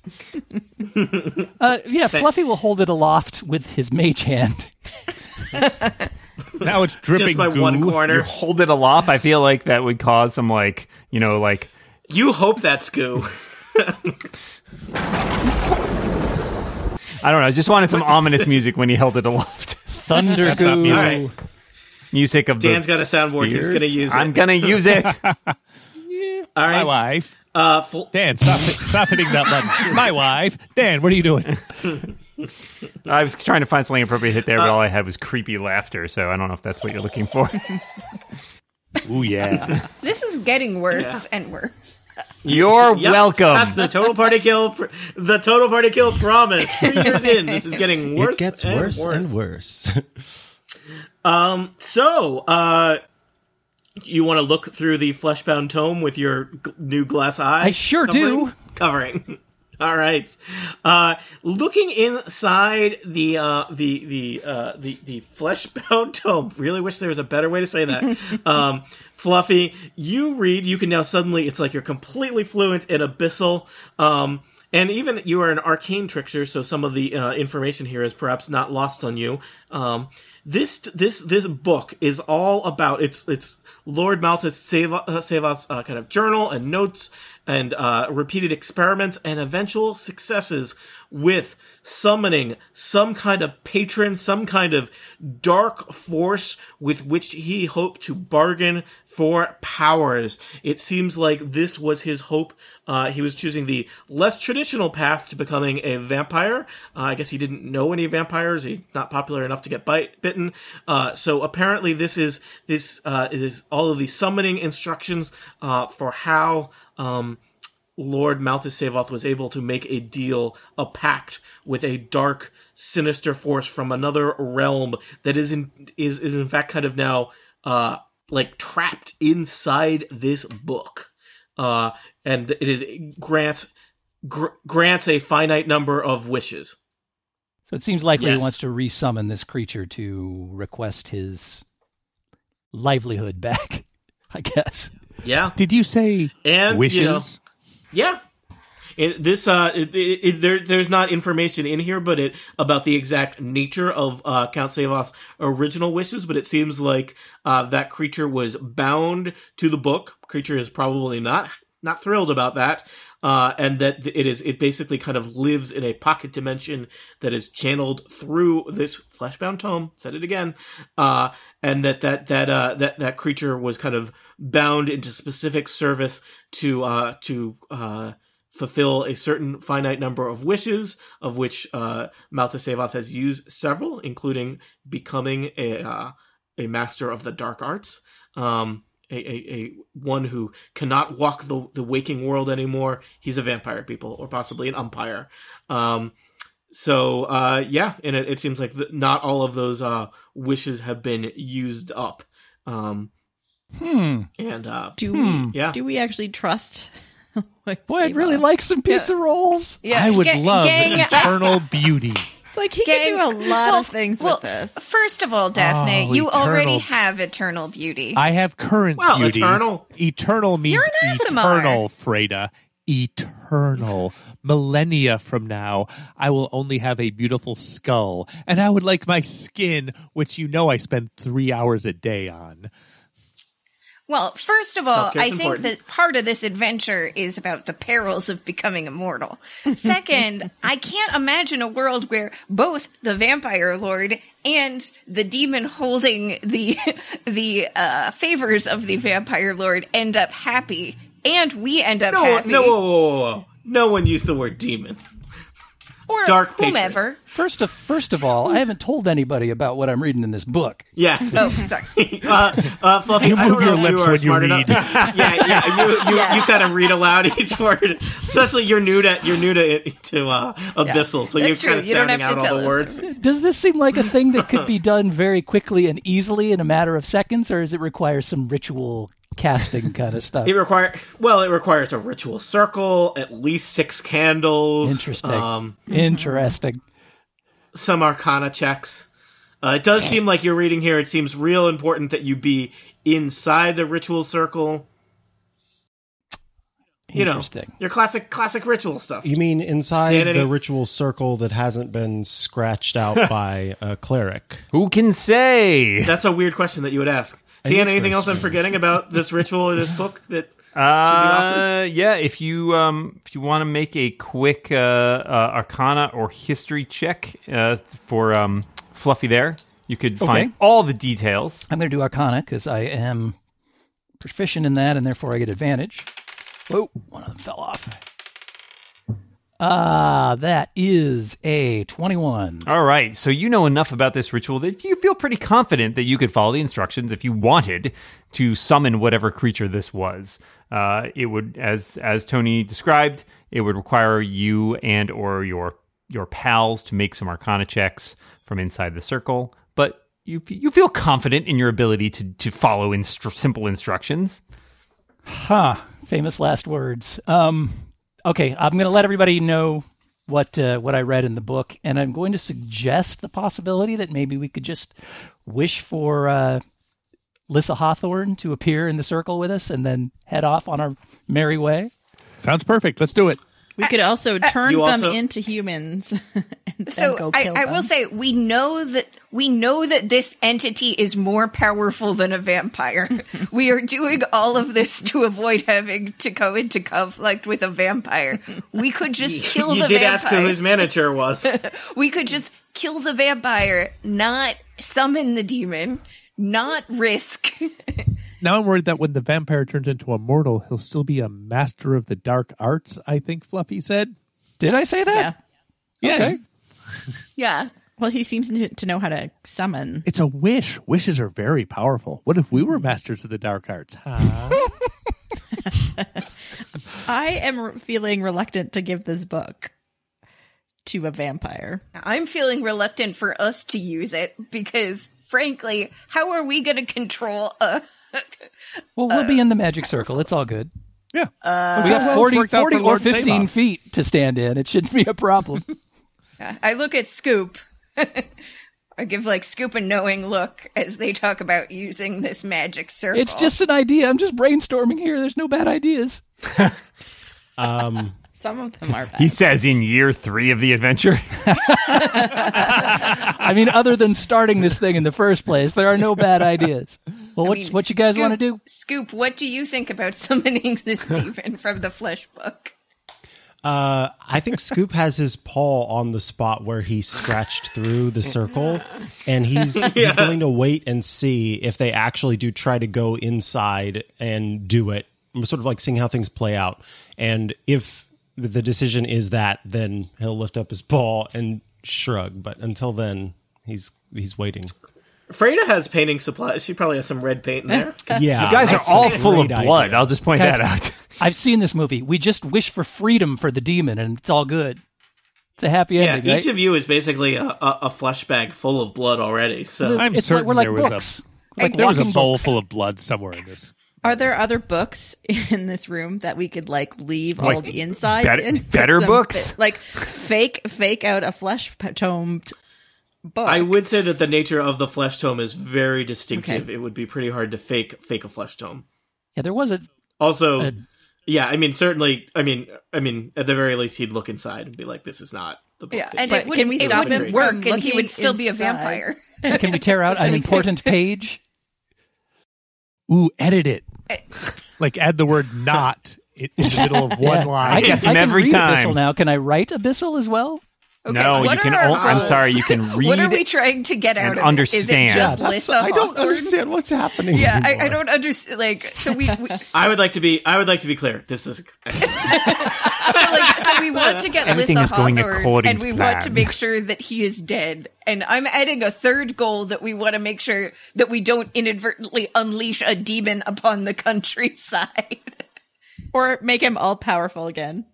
Uh, yeah, Fluffy will hold it aloft with his mage hand.
Now it's dripping
by
goo.
one corner.
You hold it aloft. I feel like that would cause some like you know like
you hope that's goo.
I don't know. I just wanted some ominous music when he held it aloft.
Thunder
not
goo.
music.
All right.
music of
Dan's
the
got a soundboard. He's
spheres?
gonna use it.
I'm gonna use it.
All
My
right.
wife.
Uh, fl-
Dan, stop, stop hitting that button. My wife. Dan, what are you doing?
I was trying to find something appropriate to hit there,
Uh,
but all I had was creepy laughter. So I don't know if that's what you're looking for.
Ooh, yeah.
This is getting worse and worse.
you're
Yep,
welcome.
That's the total party kill. Pr- the total party kill promise. Three years in, this is getting worse.
It gets
and
worse
worse.
and worse.
So, uh, you want to look through the fleshbound tome with your g- new glass eye?
I sure do.
covering. Covering. All right. Uh, looking inside the uh, the the uh, the the fleshbound tome. Really wish there was a better way to say that. um, Fluffy, you read. You can now suddenly. It's like you're completely fluent in abyssal. Um, and even you are an arcane trickster, so some of the uh, information here is perhaps not lost on you. Um, this this this book is all about it's it's Lord Malthus Seva- uh, Savath's uh, kind of journal and notes and uh, repeated experiments and eventual successes with summoning some kind of patron, some kind of dark force with which he hoped to bargain for powers. It seems like this was his hope. Uh, he was choosing the less traditional path to becoming a vampire. Uh, I guess he didn't know any vampires. He's not popular enough to get bite, bitten. Uh, so apparently, this is this uh, is all of the summoning instructions uh, for how. Um, Lord Malthus Savoth was able to make a deal, a pact with a dark, sinister force from another realm that is in is is in fact kind of now uh like trapped inside this book. Uh and it is grants gr- grants a finite number of wishes.
So it seems likely
Yes.
he wants to resummon this creature to request his livelihood back, I guess.
Yeah.
Did you say
And
wishes?
you know, Yeah. It, this uh, it, it, it- there, there's not information in here, but it about the exact nature of uh, Count Savoth's original wishes. But it seems like uh, that creature was bound to the book. Creature is probably not not thrilled about that, uh, and that it is it basically kind of lives in a pocket dimension that is channeled through this fleshbound tome. Said it again, uh, and that that that uh, that that creature was kind of bound into specific service to uh, to uh, fulfill a certain finite number of wishes, of which uh, Malta Savoth has used several, including becoming a uh, a master of the dark arts. Um, a, a, a one who cannot walk the, the waking world anymore. He's a vampire, people, or possibly an umpire. Um, so uh, yeah, and it, it seems like th not all of those uh, wishes have been used up. Um,
Hmm.
And uh,
Do we
yeah,
do we actually trust?
Boy, I'd really like some pizza rolls.
I would
Ga-
love
gang-
eternal beauty.
It's like he
gang-
can do a lot
Well,
of things
well,
with this.
First of all, Daphne,
Oh,
you already
eternal-
have eternal beauty.
I have current
Well,
beauty.
eternal.
Eternal means
You're an Asimar.
eternal, Freda. Eternal. Millennia from now, I will only have a beautiful skull, and I would like my skin, which you know I spend three hours a day on.
well, first of all,
Self-care's
I think
important.
that part of this adventure is about the perils of becoming immortal. Second, I can't imagine a world where both the vampire lord and the demon holding the the uh, favors of the vampire lord end up happy, and we end up
no,
happy,
no, whoa, whoa, whoa, whoa. no one used the word demon.
or
dark patron.
whomever.
First of first of all, I haven't told anybody about what I'm reading in this book.
Yeah,
Oh, sorry.
uh, uh, Fluffy,
You
I don't
move
know
your
if
lips
you are
when you
smart enough.
read.
yeah, yeah, you, you, you kind of read aloud each word, especially you're new to you're new to to uh, Abyssal, so
that's
you're
true.
kind of
You don't have
sounding
to
out
tell
all
us.
the words.
Does this seem like a thing that could be done very quickly and easily in a matter of seconds, or does it require some ritual casting kind of stuff?
It require well, it requires a ritual circle, at least six candles,
Interesting.
um,
Interesting.
some arcana checks. Uh, it does seem like you're reading here. It seems real important that you be inside the ritual circle. You know,
Interesting.
your classic classic ritual stuff.
You mean inside
Danity.
the ritual circle that hasn't been scratched out by a cleric?
Who can say?
That's a weird question that you would ask. Dan,
is
anything
very
else I'm forgetting about this ritual or this book that
Uh, yeah, if you um, if you want to make a quick uh, uh, Arcana or History check uh, for um, Fluffy, there you could find all the details.
I'm going to do Arcana because I am proficient in that, and therefore I get advantage. Whoa, one of them fell off. Ah, that is a 21.
All right, so you know enough about this ritual that you feel pretty confident that you could follow the instructions if you wanted to summon whatever creature this was. Uh, it would, as as Tony described, it would require you and or your your pals to make some Arcana checks from inside the circle. But you f- you feel confident in your ability to to follow instru- simple instructions.
Huh. Famous last words. Um, okay, I'm going to let everybody know what uh, what I read in the book, and I'm going to suggest the possibility that maybe we could just wish for uh, Lissa Hawthorne to appear in the circle with us, and then head off on our merry way.
Sounds perfect. Let's do it.
We could also turn
You
them
also-
into humans. and then
So
go
I,
kill
I will
them.
say we know that we know that this entity is more powerful than a vampire. we are doing all of this to avoid having to go into conflict with a vampire. We could just kill
you
the
did
vampire.
ask who his manager was?
we could just kill the vampire, not summon the demon, not risk.
Now I'm worried that when the vampire turns into a mortal, he'll still be a master of the dark arts, I think Fluffy said.
Did I say that?
Yeah.
Yeah.
yeah.
Well, he seems to, to know how to summon.
It's a wish. Wishes are very powerful. What if we were masters of the dark arts? Huh?
I am re- feeling reluctant to give this book to a vampire.
I'm feeling reluctant for us to use it because frankly, how are we going to control a
Well, we'll
Uh,
be in the magic circle. It's all good.
yeah.
we have 40,
worked out
40
for
or
Lord
15
Sabah.
feet to stand in. It shouldn't be a problem.
I look at Scoop. I give like Scoop a knowing look as they talk about using this magic circle.
it's just an idea. I'm just brainstorming here. There's no bad ideas.
Um,
Some of them are bad.
He says in year three of the adventure.
I mean, other than starting this thing in the first place, there are no bad ideas. Well, what,
I mean,
what you guys
Scoop-
want to do?
Scoop, what do you think about summoning this demon from the flesh book?
uh, I think Scoop has his paw on the spot where he scratched through the circle, and he's he's going to wait and see if they actually do try to go inside and do it. I'm sort of like seeing how things play out, and if the decision is that, then he'll lift up his paw and shrug. But until then, he's he's waiting.
Freda has painting supplies. She probably has some red paint in there.
Yeah,
You guys are
Ah, that's a
all full of
great idea.
blood. I'll just point
Guys-
that out.
I've seen this movie. We just wish for freedom for the demon, and it's all good. It's a happy
Yeah,
ending, right?
each of you is basically a, a, a flesh bag full of blood already. So
I'm
it's like
certain
we're like
there was a-
books. like
There was a
walking
bowl
books.
full of blood somewhere in this.
Are there other books in this room that we could like leave all
Like,
the insides
better-
in? Put
better
some
books?
fa- like fake fake out a flesh p- tomed
Mm-hmm.
book.
I would say that the nature of the flesh tome is very distinctive.
Okay.
It would be pretty hard to fake fake a flesh tome.
Yeah, there was a.
Also,
Uh,
yeah, I mean, certainly, I mean, I mean, at the very least, he'd look inside and be like, "This is not the book."
Yeah,
that
and
you
But
it
can
wouldn't,
we
it
stop
wouldn't
him from
work, and he
looking
would still be a
inside?
vampire.
Can we tear out an important page?
Ooh, edit it.
Eh.
like add the word not in in the middle of one
Yeah.
line.
I can,
Gets him
I can
every
read
time.
Abyssal now. Can I write Abyssal as well?
no, you
what
can.
are our
o- I'm
goals?
sorry, you can read.
what are we trying to get
and
out of it? Is
understand.
it
Yeah,
just
that's,
Lissa
I don't
Hawthorne?
understand what's happening.
Yeah, I, I
anymore.
don't understand. Like, so we, we
I would like to be. I would like to be clear. This is
so, like, so we want to get
Everything is
Lissa
going
Hawthorne,
according
and
to
we
plan.
want to make sure that he is dead. And I'm adding a third goal that we want to make sure that we don't inadvertently unleash a demon upon the countryside.
or make him all powerful again.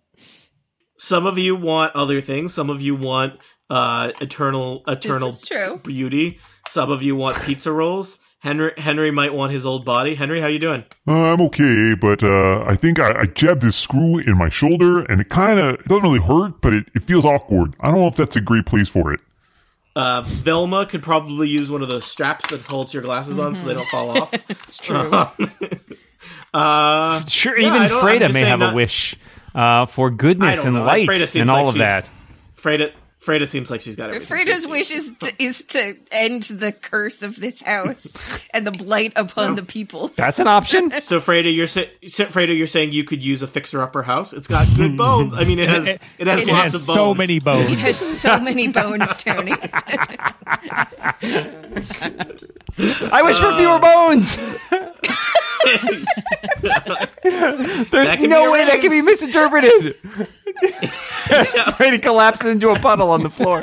some of you want other things. Some of you want uh, eternal eternal
is true.
beauty. Some of you want pizza rolls. Henry Henry might want his old body. Henry, how you doing?
Uh, I'm okay, but uh, I think I, I jabbed this screw in my shoulder, and it kind of it doesn't really hurt, but it, it feels awkward. I don't know if that's a great place for it.
Uh, Velma could probably use one of those straps that holds your glasses on so they don't fall off.
It's true.
Uh,
Sure,
no,
even
I don't- I'm
Freda
just
may
saying
have
not-
a wish uh, for goodness
don't
and
know.
light
Freda seems
and
like
all of
she's-
that.
Freda, Freda seems like she's got everything.
Freda's wish is to, is to end the curse of this house and the blight upon the people.
That's an option.
So Freda, you're sa- so, Freda, you're saying you could use a fixer-upper house. It's got good bones. I mean, it has it has
It
lots
has
of bones.
so many
It
bones.
has so many bones, Tony.
I wish for fewer bones. There's
That could be
no way that
arranged.
can be misinterpreted. Brady collapses into a puddle on the floor.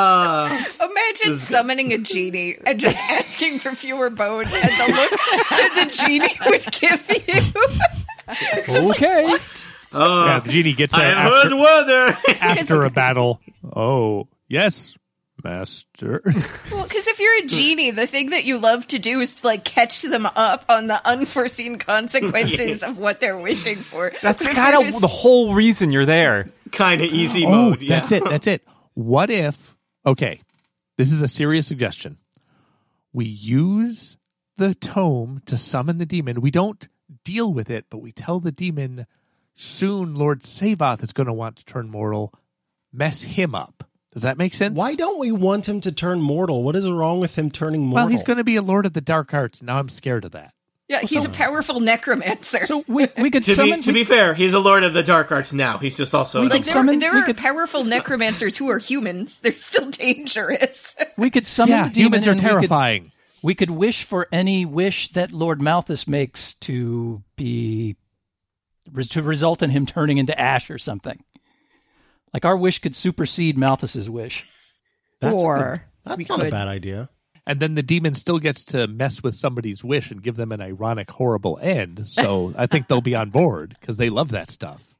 Imagine summoning a genie and just asking for fewer bones and the look that the genie would give you.
Okay.
Uh,
yeah, the genie gets
I
there
have
after,
heard wonder.
after a battle. Oh, yes, master.
Well, because if you're a genie, the thing that you love to do is to like catch them up on the unforeseen consequences of what they're wishing for.
That's
Because
kind
they're
of the whole reason you're there.
kind of easy
Oh,
mode. Yeah.
that's it. That's it. What if? Okay, this is a serious suggestion. We use the tome to summon the demon. We don't deal with it, but we tell the demon soon. Lord Savoth is going to want to turn mortal. Mess him up. Does that make sense?
Why don't we want him to turn mortal? What is wrong with him turning mortal?
Well, he's going to be a Lord of the Dark Arts. Now I'm scared of that.
Yeah, he's a powerful necromancer.
So we, we could
To
summon.
be to be fair, he's a lord of the dark arts now. He's just also an
could
like
elf.
there,
summon-
there
we
are
could-
powerful necromancers who are humans. They're still dangerous.
we could summon
yeah,
the demon
humans are
and we could-
terrifying.
We could wish for any wish that Lord Malthus makes to be res- to result in him turning into ash or something. Like our wish could supersede Malthus's wish.
That's, a good-
Or we
that's not
could-
a bad idea.
And then the demon still gets to mess with somebody's wish and give them an ironic, horrible end. So I think they'll be on board because they love that stuff.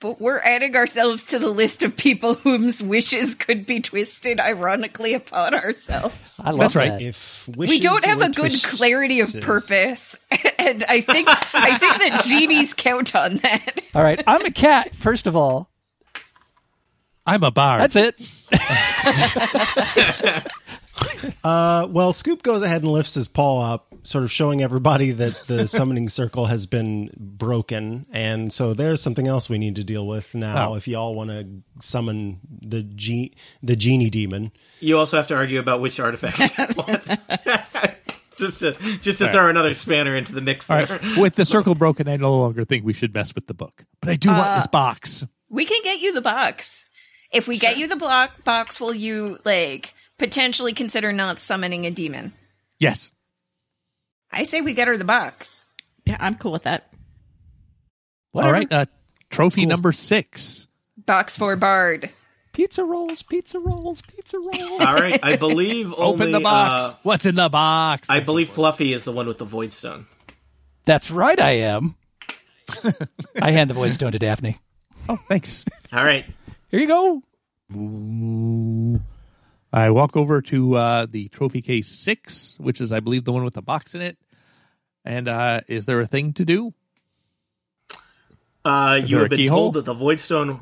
But we're adding ourselves to the list of people whose wishes could be twisted ironically upon ourselves.
I love
That's right.
that.
If
We
wishes
don't have
were
a good
twisted-
clarity of purpose, and I think I think that genies count on that.
All right, I'm a cat. First of all,
I'm a bard.
that's it.
Uh, well, Scoop goes ahead and lifts his paw up, sort of showing everybody that the summoning circle has been broken, and so there's something else we need to deal with now.
Oh.
If y'all want to summon the ge- the genie demon,
You also have to argue about which artifact. you want. just to just to throw another spanner into the mix.
All
There.
right. With the circle broken, I no longer think we should mess with the book. But I do want
Uh,
this box.
We can get you the box. If we get you the block box, will you like potentially consider not summoning a demon?
Yes.
I say we get her the box.
Yeah, I'm cool with that.
Whatever.
All right. Uh, trophy number six.
Box for Bard.
Pizza rolls, pizza rolls, pizza rolls.
All right, I believe
Open
only,
the box.
uh,
What's in the box?
I believe Fluffy is the one with the void stone.
That's right, I am. I hand the void stone to Daphne.
oh, thanks.
All right,
Here you go.
I walk over to uh, the trophy case six, which is, I believe, the one with the box in it. And uh, is there a thing to do?
uh, you
there
have
a
been
keyhole?
told that the void stone.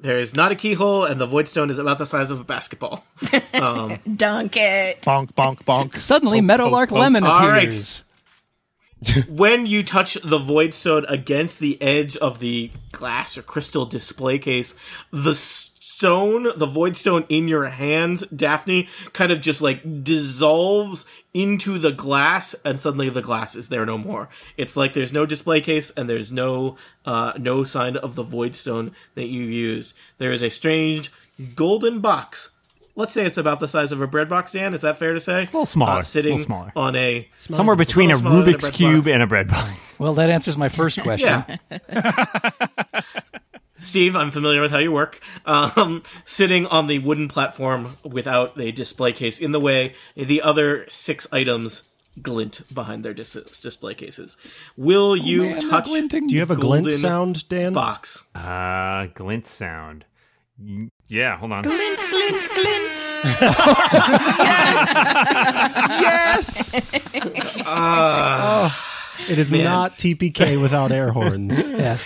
There is not a keyhole, and the void stone is about the size of a basketball.
Dunk it.
Bonk, bonk, bonk.
Suddenly,
Bonk,
Meadowlark
bonk, bonk.
Lemon
Oh, All right.
appears.
when you touch the void stone against the edge of the glass or crystal display case, the stone, the void stone in your hands, Daphne, kind of just like dissolves into the glass, and suddenly the glass is there no more. It's like there's no display case, and there's no uh, no sign of the void stone that you used. There is a strange golden box. Let's say it's about the size of a bread box, Dan. Is that fair to say? It's
a little smaller. It's a
sitting
little smaller.
on a
Somewhere between a
Smaller than a
Rubik's
bread
cube
box.
and a bread box.
Well, that answers my first question.
Yeah. Steve, I'm familiar with how you work. Um, sitting on the wooden platform without a display case in the way, the other six items glint behind their dis- display cases. Will you
Oh, Man, they're
touch
glinting.
do you have a glint
Golden
sound, Dan?
box?
Uh, glint sound. Y- Yeah, hold on.
Glint, glint, glint.
Yes, it is not TPK without air horns.
Yeah.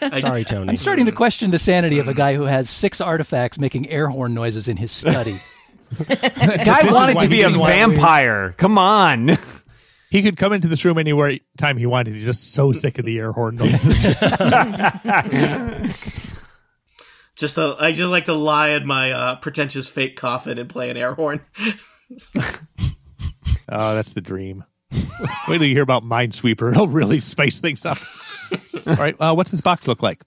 I
Sorry,
just-
Tony.
I'm starting to question the sanity of a guy who has six artifacts making air horn noises in his study.
Guy wanted to be a
Why we-
vampire. Come on.
He could come into this room anywhere time he wanted. He's just so sick of the air horn noises.
Just so I just like to lie in my uh, pretentious fake coffin and play an air horn.
oh, that's the dream. Wait till you hear about Minesweeper. It'll really spice things up. All right. Uh, what's this box look like?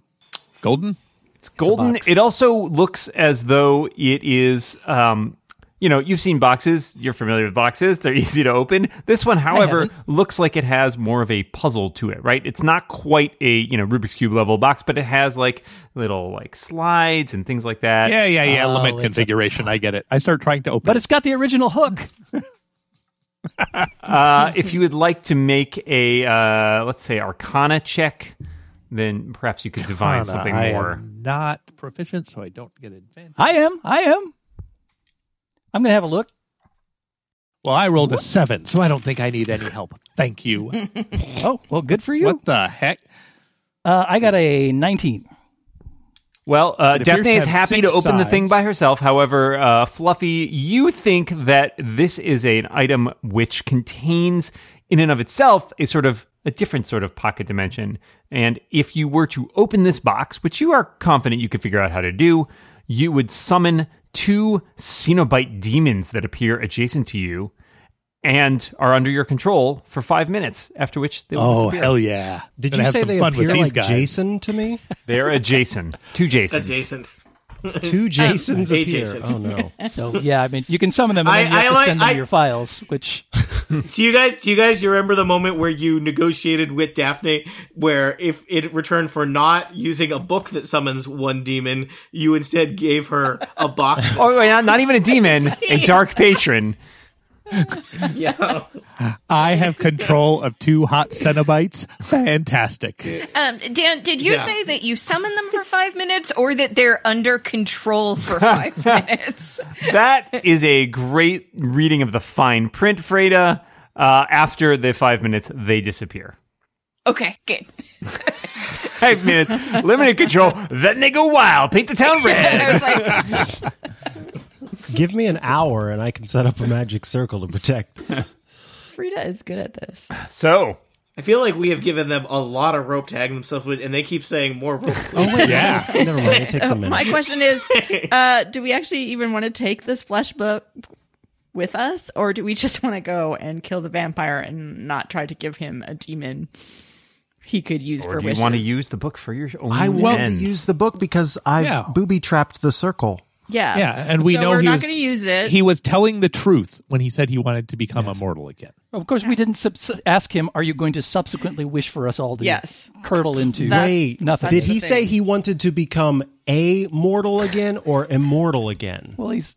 Golden?
It's golden.
box.
it also looks as though it is. Um, you know, you've seen boxes. You're familiar with boxes. They're easy to open. This one, however, looks like it has more of a puzzle to it, right? It's not quite a you know Rubik's cube level box, but it has like little like slides and things like that.
Yeah, yeah, yeah.
Oh, it's
Element
a
configuration. I get it. I start trying to open
But
it.
it's got the original hook.
Uh, if you would like to make a uh, let's say Arcana check, then perhaps you could divine
Anna,
something
I
more.
am not proficient, so I don't get advantage.
I am. I am. I'm gonna have a look.
Well, I rolled a seven, so I don't think I need any help. Thank you.
Oh, well, good for you.
what the heck?
Uh, I got a 19.
Well, uh,
It appears
Daphne
to
is
have
happy to
six
open the thing
sides.
by herself. However, uh, Fluffy, you think that this is an item which contains, in and of itself, a sort of a different sort of pocket dimension. And if you were to open this box, which you are confident you could figure out how to do, you would summon two Cenobite demons that appear adjacent to you and are under your control for five minutes. After which they will
Oh
disappear.
hell yeah!
Did
Gonna
you
have
say
some
they
fun with
appear
these
like
guys.
Jason to me?
They're adjacent, two Jasons.
Adjacent.
Two Jasons
a
appear.
Jason.
Oh no!
So yeah, I mean, you can summon them and
I-
then you have
I
to
like-
send them
I-
your files, which
Do you guys do you guys remember the moment where you negotiated with Daphne where if it returned for not using a book that summons one demon, you instead gave her a box?
Oh, wait, not, not even a demon, a dark patron.
yeah.
I have control of two hot Cenobites. Fantastic.
Um, Dan, did you
Yeah.
say that you summon them for five minutes or that they're under control for five minutes?
That is a great reading of the fine print, Freda. Uh, after the five minutes, they disappear.
Okay, good.
Five minutes, limited control. Then they go wild, paint the town
And I
red.
was like,
Give me an hour, and I can set up a magic circle to protect. This.
Frida is good at this.
So,
I feel like we have given them a lot of rope to hang themselves with, and they keep saying more rope.
Oh wait, yeah. Never mind. It takes a
So
minute.
my question is, uh, do we actually even want to take this flesh book with us, or do we just want to go and kill the vampire and not try to give him a demon he could use
or
for
do you
wishes?
want to use the book for your own
I won't
ends?
use the book because I've
Yeah.
booby trapped the circle.
yeah,
Yeah, and we
So
know
we're
he
not
was-
going to use it.
He was telling the truth when he said he wanted to become immortal again.
of course we didn't subs ask him. Are you going to subsequently wish for us all to
Yes.
curdle into?
That-
Wait,
nothing.
Did
That's
he
the
say
thing.
he wanted to become a mortal again or immortal again?
well, he's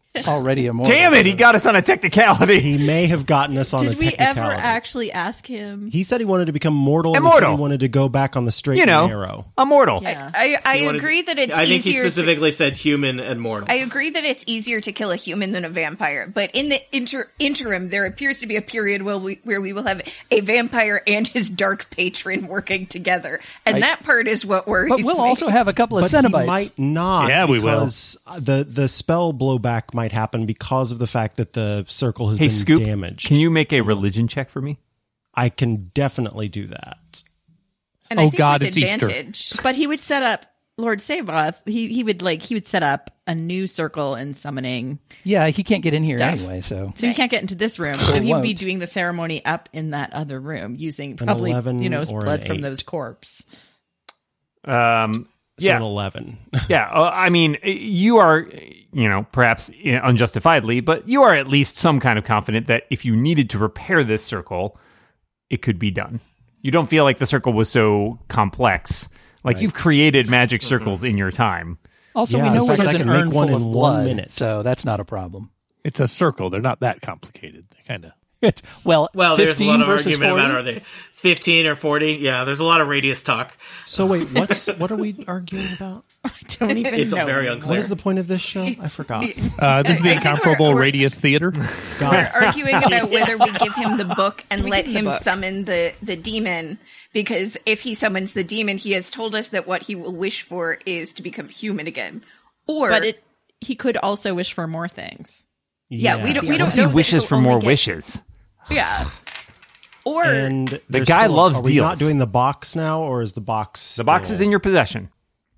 already immortal.
Damn it! He got us on a technicality.
He may have gotten us on a
Did we ever
technicality.
actually ask him?
he said he wanted to become mortal. and
Immortal.
He, said he wanted to go back on the straight
You
and
know,
narrow.
immortal.
yeah.
I, I
He wanted-
agree that it's
I think he
easier. to,
specifically said human and mortal.
I agree that it's easier to kill a human than a vampire, but in the inter- interim, there appears to be a period where we, where we will have a vampire and his dark patron working together, and that part is what worries
But we'll
me.
also have a couple of
But
Cenobites.
he might not.
Yeah, we will.
because uh, The the spell blowback might happen because of the fact that the circle has
Hey,
been
Scoop,
damaged.
can you make a religion check for me?
I can definitely do that.
And I
Oh,
think
God,
with
it's Easter.
advantage.
But he would set up Lord Savoth. He he would like he would set up a new circle in summoning,
yeah, he can't get in here
Stuff.
anyway. So
so he can't get into this room. So he would be
won't.
doing the ceremony up in that other room using probably
11
you know
or
blood
an
from
eight.
those corpse.
Um,
So
yeah,
an eleven.
Yeah, uh, I mean, you are, you know, perhaps unjustifiably, but you are at least some kind of confident that if you needed to repair this circle, it could be done. You don't feel like the circle was so complex. Like you've created magic
Mm-hmm.
circles in your time.
also
Yeah,
we know
in
where
fact, I
there's an
can make
urn
one
full
in
of
one
blood,
minute.
so that's not a problem.
It's a circle. They're not that complicated. They kind of.
It's, well,
well, there's a
15
lot of
versus
argument
40?
about are they 15 or 40? Yeah, there's a lot of radius talk.
So wait, what's what are we arguing about?
Don't even
It's
know.
very
What
unclear.
is the point of this show? I forgot.
Uh, this is the
I think we're-
incomparable
we're-
radius theater.
We're arguing about whether we give him the book and let
give him
him
the book?
summon the, the demon, because if he summons the demon, he has told us that what he will wish for is to become human again. Or
But it he could also wish for more things.
Yeah, we don't. We don't.
He
know that
wishes
he'll
for
only
more
get-
wishes.
Yeah. Or
And there's
guy
still-
loves
are we Not
deals.
doing the box now, or is the box
The box is in your possession.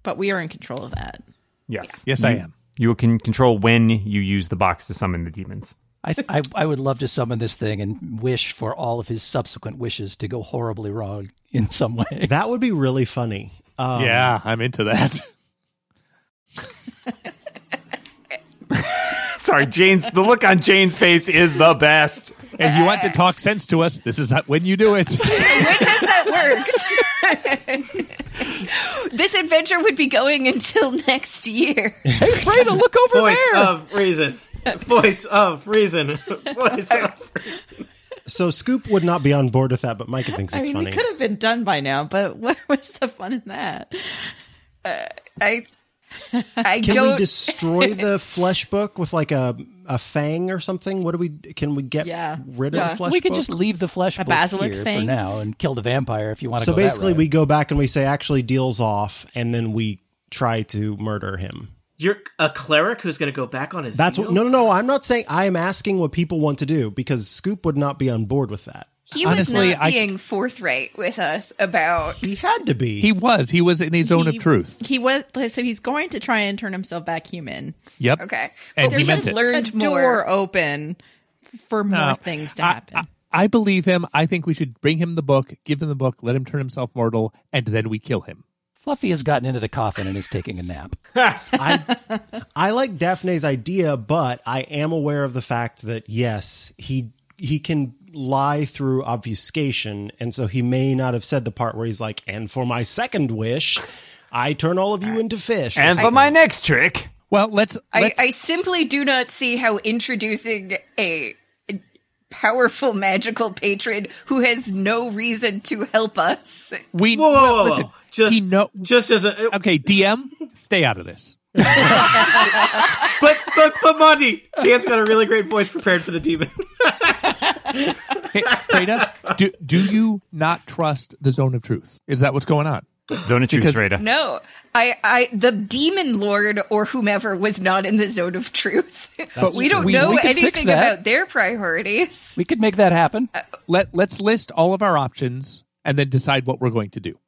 But we are in control of that.
Yes.
Yes, I am.
You can control when you use the box to summon the demons.
I, I I would love to summon this thing and wish for all of his subsequent wishes to go horribly wrong in some way.
That would be really funny. Um,
yeah, I'm into that.
Sorry, Jane's. the look on Jane's face is the best.
and you want to talk sense to us? This is not when you do it.
has that worked? this adventure would be going until next year.
Freda, look over
Voice
uh,
of reason. Voice of reason. Voice of reason.
So Scoop would not be on board with that, but Micah thinks
I
it's
mean, we
funny.
could have been done by now, but what was the fun in that?
I, I
Can
don't.
we destroy the flesh book with like a a fang or something? What do we? Can we get
Yeah.
rid of
Yeah.
the flesh?
we could
book?
just leave the flesh book
basilisk
here
thing?
for now and kill the vampire if you want to.
So
go that
basically,
route.
we go back and we say actually deals off, and then we try to murder him.
You're a cleric who's going to go back on his.
That's
deal?
what. No, no, no. I'm not saying. I am asking what people want to do because Scoop would not be on board with that.
he was
Honestly,
not
I-
being forthright with us about.
He had to be.
he was. He was in his zone
He-
of truth.
He was so he's going to try and turn himself back human.
Yep.
Okay,
And
but
he
we
meant
have
it.
A
learned more.
door open for more
No.
things to
I-
happen.
I, I believe him. I think we should bring him the book, give him the book, let him turn himself mortal, and then we kill him.
Fluffy has gotten into the coffin and is taking a nap.
I, I like Daphne's idea, but I am aware of the fact that yes, he he can lie through obfuscation, and so he may not have said the part where he's like, "And for my second wish, I turn all of you into fish."
And for my next trick,
Well, let's.
I,
let's
I simply do not see how introducing a powerful magical patron who has no reason to help us.
we
Whoa, whoa,
well,
whoa, whoa.
listen,
just,
he know-
just as a.
okay, DM, stay out of this.
But, but, but Monty, Dan's got a really great voice prepared for the demon.
Hey, Freda, do do you not trust the zone of truth? Is that what's going on?
zone of truth,
Because-
Rada.
No, I, I, the demon lord or whomever was not in the zone of truth. we don't
we-
know
we could fix
anything
that.
about their priorities.
We could make that happen.
Uh,
Let Let's list all of our options and then decide what we're going to do.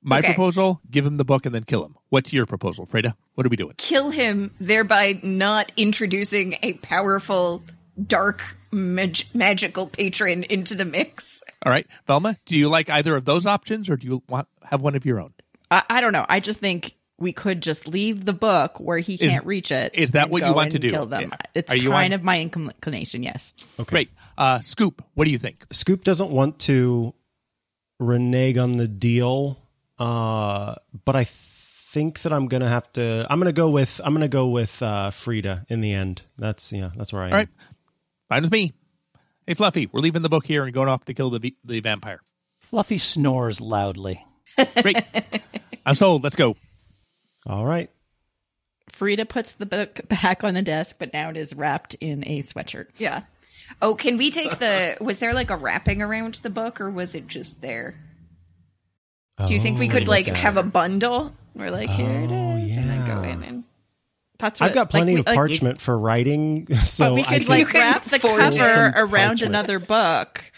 My
Okay.
proposal: give him the book and then kill him. What's your proposal, Freda? What are we doing?
Kill him, thereby not introducing a powerful, dark, mag- magical patron into the mix.
All right, Velma, do you like either of those options, or do you want have one of your own?
I, I don't know. I just think we could just leave the book where he can't reach it.
is that
and
what you
go
want to
and
do?
Kill them.
Yeah.
It's
Are you
kind
on-
of my inclin- inclination. Yes.
Great. Uh, Scoop, what do you think?
Scoop doesn't want to renege on the deal, uh, but I think that I'm gonna have to. I'm gonna go with. I'm gonna go with uh, Frida in the end. That's yeah. That's where I am.
All right, fine with me. Hey, Fluffy, we're leaving the book here and going off to kill the v- the vampire.
Fluffy snores loudly.
Great. I'm sold. Let's go.
All right.
Frida puts the book back on the desk, but now it is wrapped in a sweatshirt.
Yeah. Oh, can we take the? Was there like a wrapping around the book, or was it just there? Do you think we
Oh,
could like
okay.
have a bundle? We're like, here it
Oh,
is, and then go
yeah.
in and
That's what,
I've got
like,
plenty
we-
of
like-
parchment for writing, so
But we
I
could
could,
like
You can
wrap the
forge
it.
cover
Some
around
parchment.
another book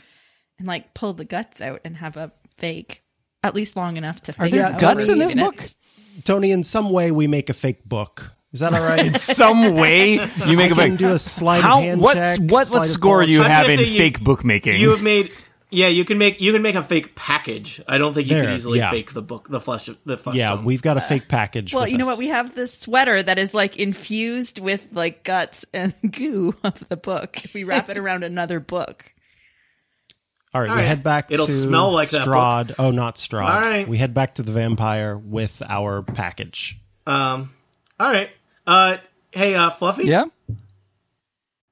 and like pull the guts out and have a fake, at least long enough to. Are
there guts in this book?
Tony. In some way, we make a fake book. Is that all right?
Some way you make a
I can
book.
do a sleight
How
of hand
what's
check.
what
sleight
what
of
score
ball
you
check.
gonna
have in
say you-
fake bookmaking?
You have made. Yeah, you can make you can make a fake package. I don't think you
There,
can easily
yeah.
fake the book, the flesh, the flesh.
Yeah,
tone.
we've got a fake package.
Well,
with
you know
us.
what? We have this sweater that is like infused with like guts and goo of the book. If we wrap it around another book,
All right,
All
we
right.
head back
It'll
to
smell like that book.
Strahd. Oh, not Strahd.
All right.
We head back to the vampire with our package.
Um. All right. Uh. Hey, uh, Fluffy.
Yeah?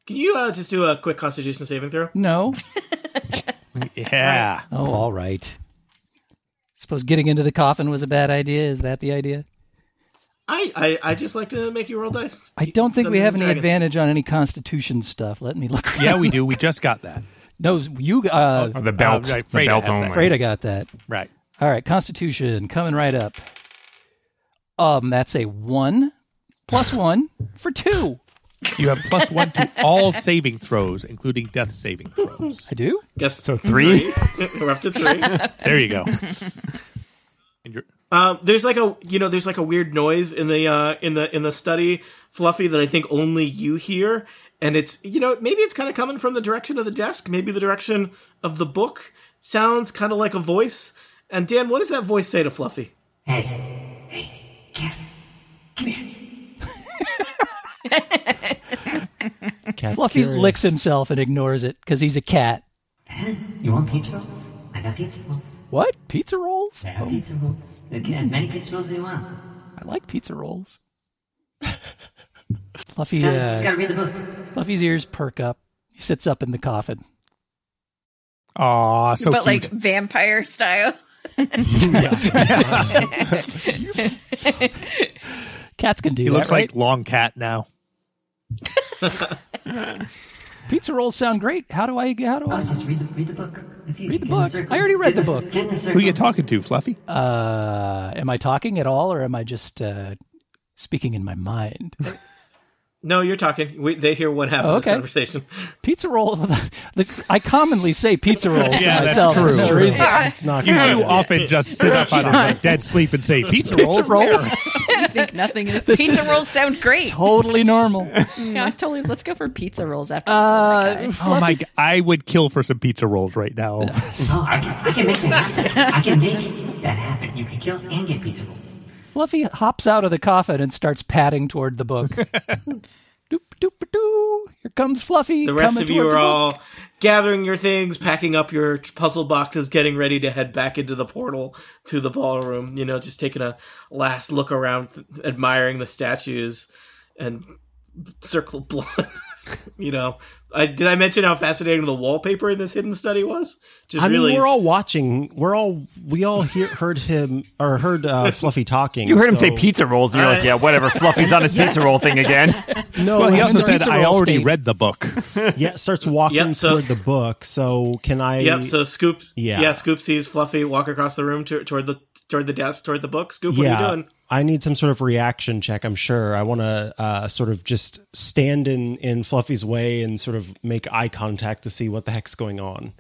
Can you uh, just do a quick Constitution saving throw?
No.
Yeah.
Oh, all right. Suppose getting into the coffin was a bad idea. Is that the idea?
I I, I just like to make you roll dice.
I don't think we
Dungeons
have
and
any
Dragons.
advantage on any Constitution stuff. Let me look.
Yeah, we
around.
do. We just got that.
No, you. Uh,
Oh,
the belt,
Uh, right,
the
Freda
belt
has that.
only.
Freda got that.
Right.
All right, Constitution coming right up. Um, that's a one plus one for two.
You have plus one to all saving throws, including death saving throws.
I do.
Yes.
So three.
We're up to three.
There you go. And you're,
Um, there's like a you know there's like a weird noise in the uh, in the in the study, Fluffy, that I think only you hear, and it's you know maybe it's kind of coming from the direction of the desk, maybe the direction of the book. Sounds kind of like a voice. And Dan, what does that voice say to Fluffy?
Cat's
Fluffy
curious.
licks himself and ignores it because he's a cat.
You want pizza rolls? I got pizza rolls.
What? Pizza rolls? Oh,
I got pizza rolls. You can As many pizza rolls as you want.
I like pizza rolls. Fluffy,
You just
uh,
gotta read the book.
Fluffy's ears perk up. He sits up in the coffin.
aw, so
but
cute.
like vampire style.
Cats can do
he
that,
looks
right?
like long cat now.
pizza rolls sound great. How do I? How do
Oh,
I?
just read the, read the book. It's easy.
Read the
Get in
book.
circle.
I already read
Get in
the
s-
book.
Get in the
Who
circle.
are you talking to, Fluffy?
Uh, am I talking at all, or am I just uh, speaking in my mind?
No, you're talking. We, they hear one half
Oh,
of this
okay.
conversation.
Pizza roll. I commonly say pizza rolls
Yeah,
to
that's
myself.
true.
for some reason.
It's not
You
good.
do often just sit up out of like dead sleep and say pizza rolls.
Pizza rolls.
I think nothing is.
Pizza rolls sound great.
totally normal.
Yeah, Hmm, I was totally. Let's go for pizza rolls after.
Uh,
Oh my! g- I would kill for some pizza rolls right now.
Oh, I can, I can make that happen. I can make that happen. You can kill and get pizza rolls.
Fluffy hops out of the coffin and starts padding toward the book. doop doop doo. Here comes Fluffy.
The rest
coming
of you
towards
are
the book.
all gathering your things, packing up your t- puzzle boxes, getting ready to head back into the portal to the ballroom. You know, just taking a last look around, admiring the statues and circle blood. you know, I, did I mention how fascinating the wallpaper in this hidden study was? Just
I
really,
mean, we're all watching. We're all we all hear, heard him or heard uh, Fluffy talking.
You heard him
so-
say pizza rolls, and you're like, yeah, whatever. Fluffy's on his pizza roll thing again.
No,
Well, he
I'm
also
in the
said,
pizza
"I
roll
already
state."
read the book."
Yeah, starts walking
Yep, so-
toward the book. So can I?
Yep. So Scoop,
Yeah.
yeah, Scoop sees Fluffy walk across the room to, toward the toward the desk, toward the book. Scoop, what
yeah,
are you doing?
I need some sort of reaction check. I'm sure. I want to uh, sort of just stand in in Fluffy's way and sort of make eye contact to see what the heck's going on.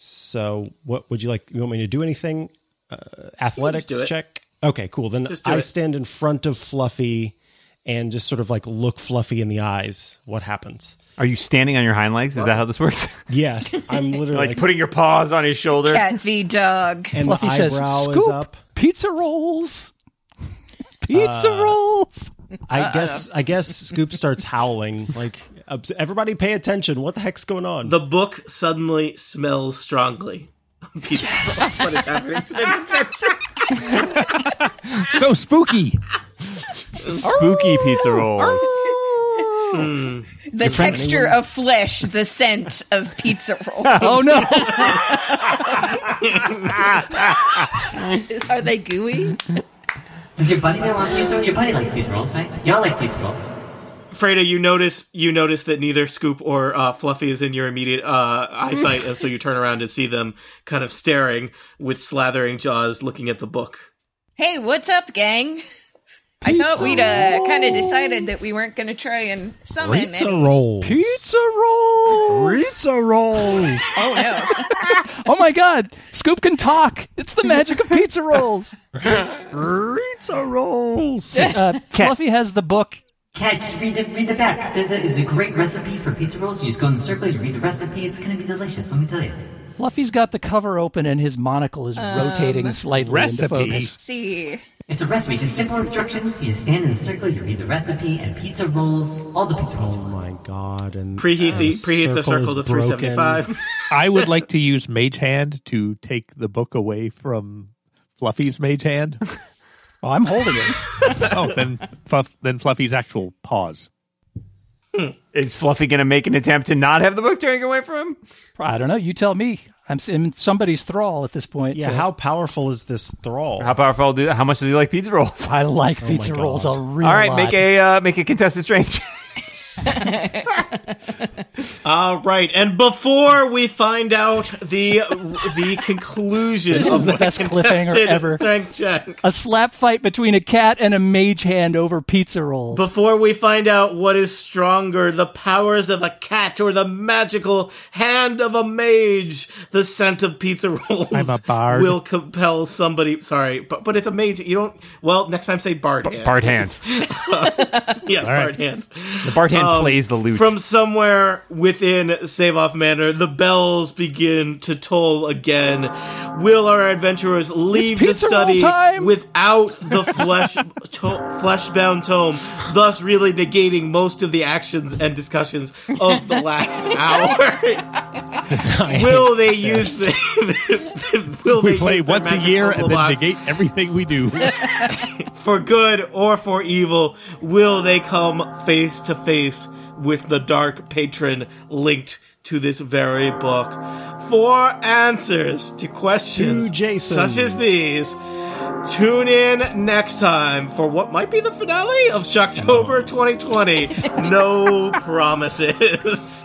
So, what would you like? You want me to do anything? Uh, athletics
do it.
check. Okay, cool. Then
Just do
I
it.
stand in front of Fluffy and just sort of like look Fluffy in the eyes. What happens?
Are you standing on your hind legs? Is that how this works?
Yes, I'm literally
like putting your paws on his shoulder.
Cat v dog.
and
Fluffy
the
says,
eyebrow
"Scoop
is up.
pizza rolls." Pizza
Uh,
rolls.
Uh, I guess I guess Scoop starts howling like obs- everybody pay attention. What the heck's going on?
The book suddenly smells strongly. Pizza. what is happening to the
so spooky.
Spooky pizza rolls.
The texture of flesh, the scent of pizza roll.
Oh no!
are they gooey?
Does your buddy not want pizza rolls? Your buddy likes pizza rolls, right? Y'all like pizza rolls.
Freda, you notice you notice that neither Scoop or uh, Fluffy is in your immediate uh, eyesight, and so you turn around and see them kind of staring with slathering jaws, looking at the book.
hey, what's up, gang? I thought we'd uh, kind of decided that we weren't going to try and summon.
pizza
any-
rolls.
pizza rolls.
Pizza rolls.
Oh no!
Oh my god! Scoop can talk. It's the magic of pizza rolls.
pizza rolls.
Uh, Fluffy has the book.
Cat, just read the, read the back. There's a, it's a great recipe for pizza rolls. You just go in the circle, you read the recipe. It's gonna be delicious, let me tell you.
Fluffy's got the cover open and his monocle is rotating slightly
recipe?
into focus.
see,
It's a recipe, just simple instructions. You just stand in the circle, you read the recipe, and pizza rolls, all the pizza rolls.
Oh my god! And
Preheat the, preheat the
circle
circle to
is broken.
375.
I would like to use Mage Hand to take the book away from Fluffy's Mage Hand.
Oh, I'm holding it.
Oh, then Fluff, then Fluffy's actual paws.
Is Fluffy going to make an attempt to not have the book taken away from him?
I don't know. You tell me. I'm s- in somebody's thrall at this point.
yeah,
so-
how powerful is this thrall?
How powerful? Do, how much does he like pizza rolls?
I like pizza rolls a
Oh God.
real
All right,
lot.
make a uh, make a contested strength. check.
All right, and before we find out the the conclusion
This
of
is the
what
best
contested
cliffhanger ever.
Strength check,
A slap fight between a cat and a mage hand over pizza rolls.
before we find out what is stronger, the powers of a cat or the magical hand of a mage, the scent of pizza rolls
I'm a bard.
will compel somebody. Sorry, but but it's a mage. You don't. Well, next time say bard. hand,
Bart
please.
Hand.
Yeah,
right.
bard hand.
The Bart Hand
Um,
plays the lute.
From somewhere within Save Off Manor, the bells begin to toll again. Will our adventurers leave the
pizza roll
study
time!
without the flesh to- flesh-bound tome, thus really negating most of the actions and discussions of the last hour? will they use the, will
We
they
play
use their
once a
magic
year
puzzle
and then
box
negate everything we do.
for good or for evil, will they come face to face with the dark patron linked to this very book? For answers to questions
To Jasons.
such as these, tune in next time for what might be the finale of Shocktober 2020. no promises.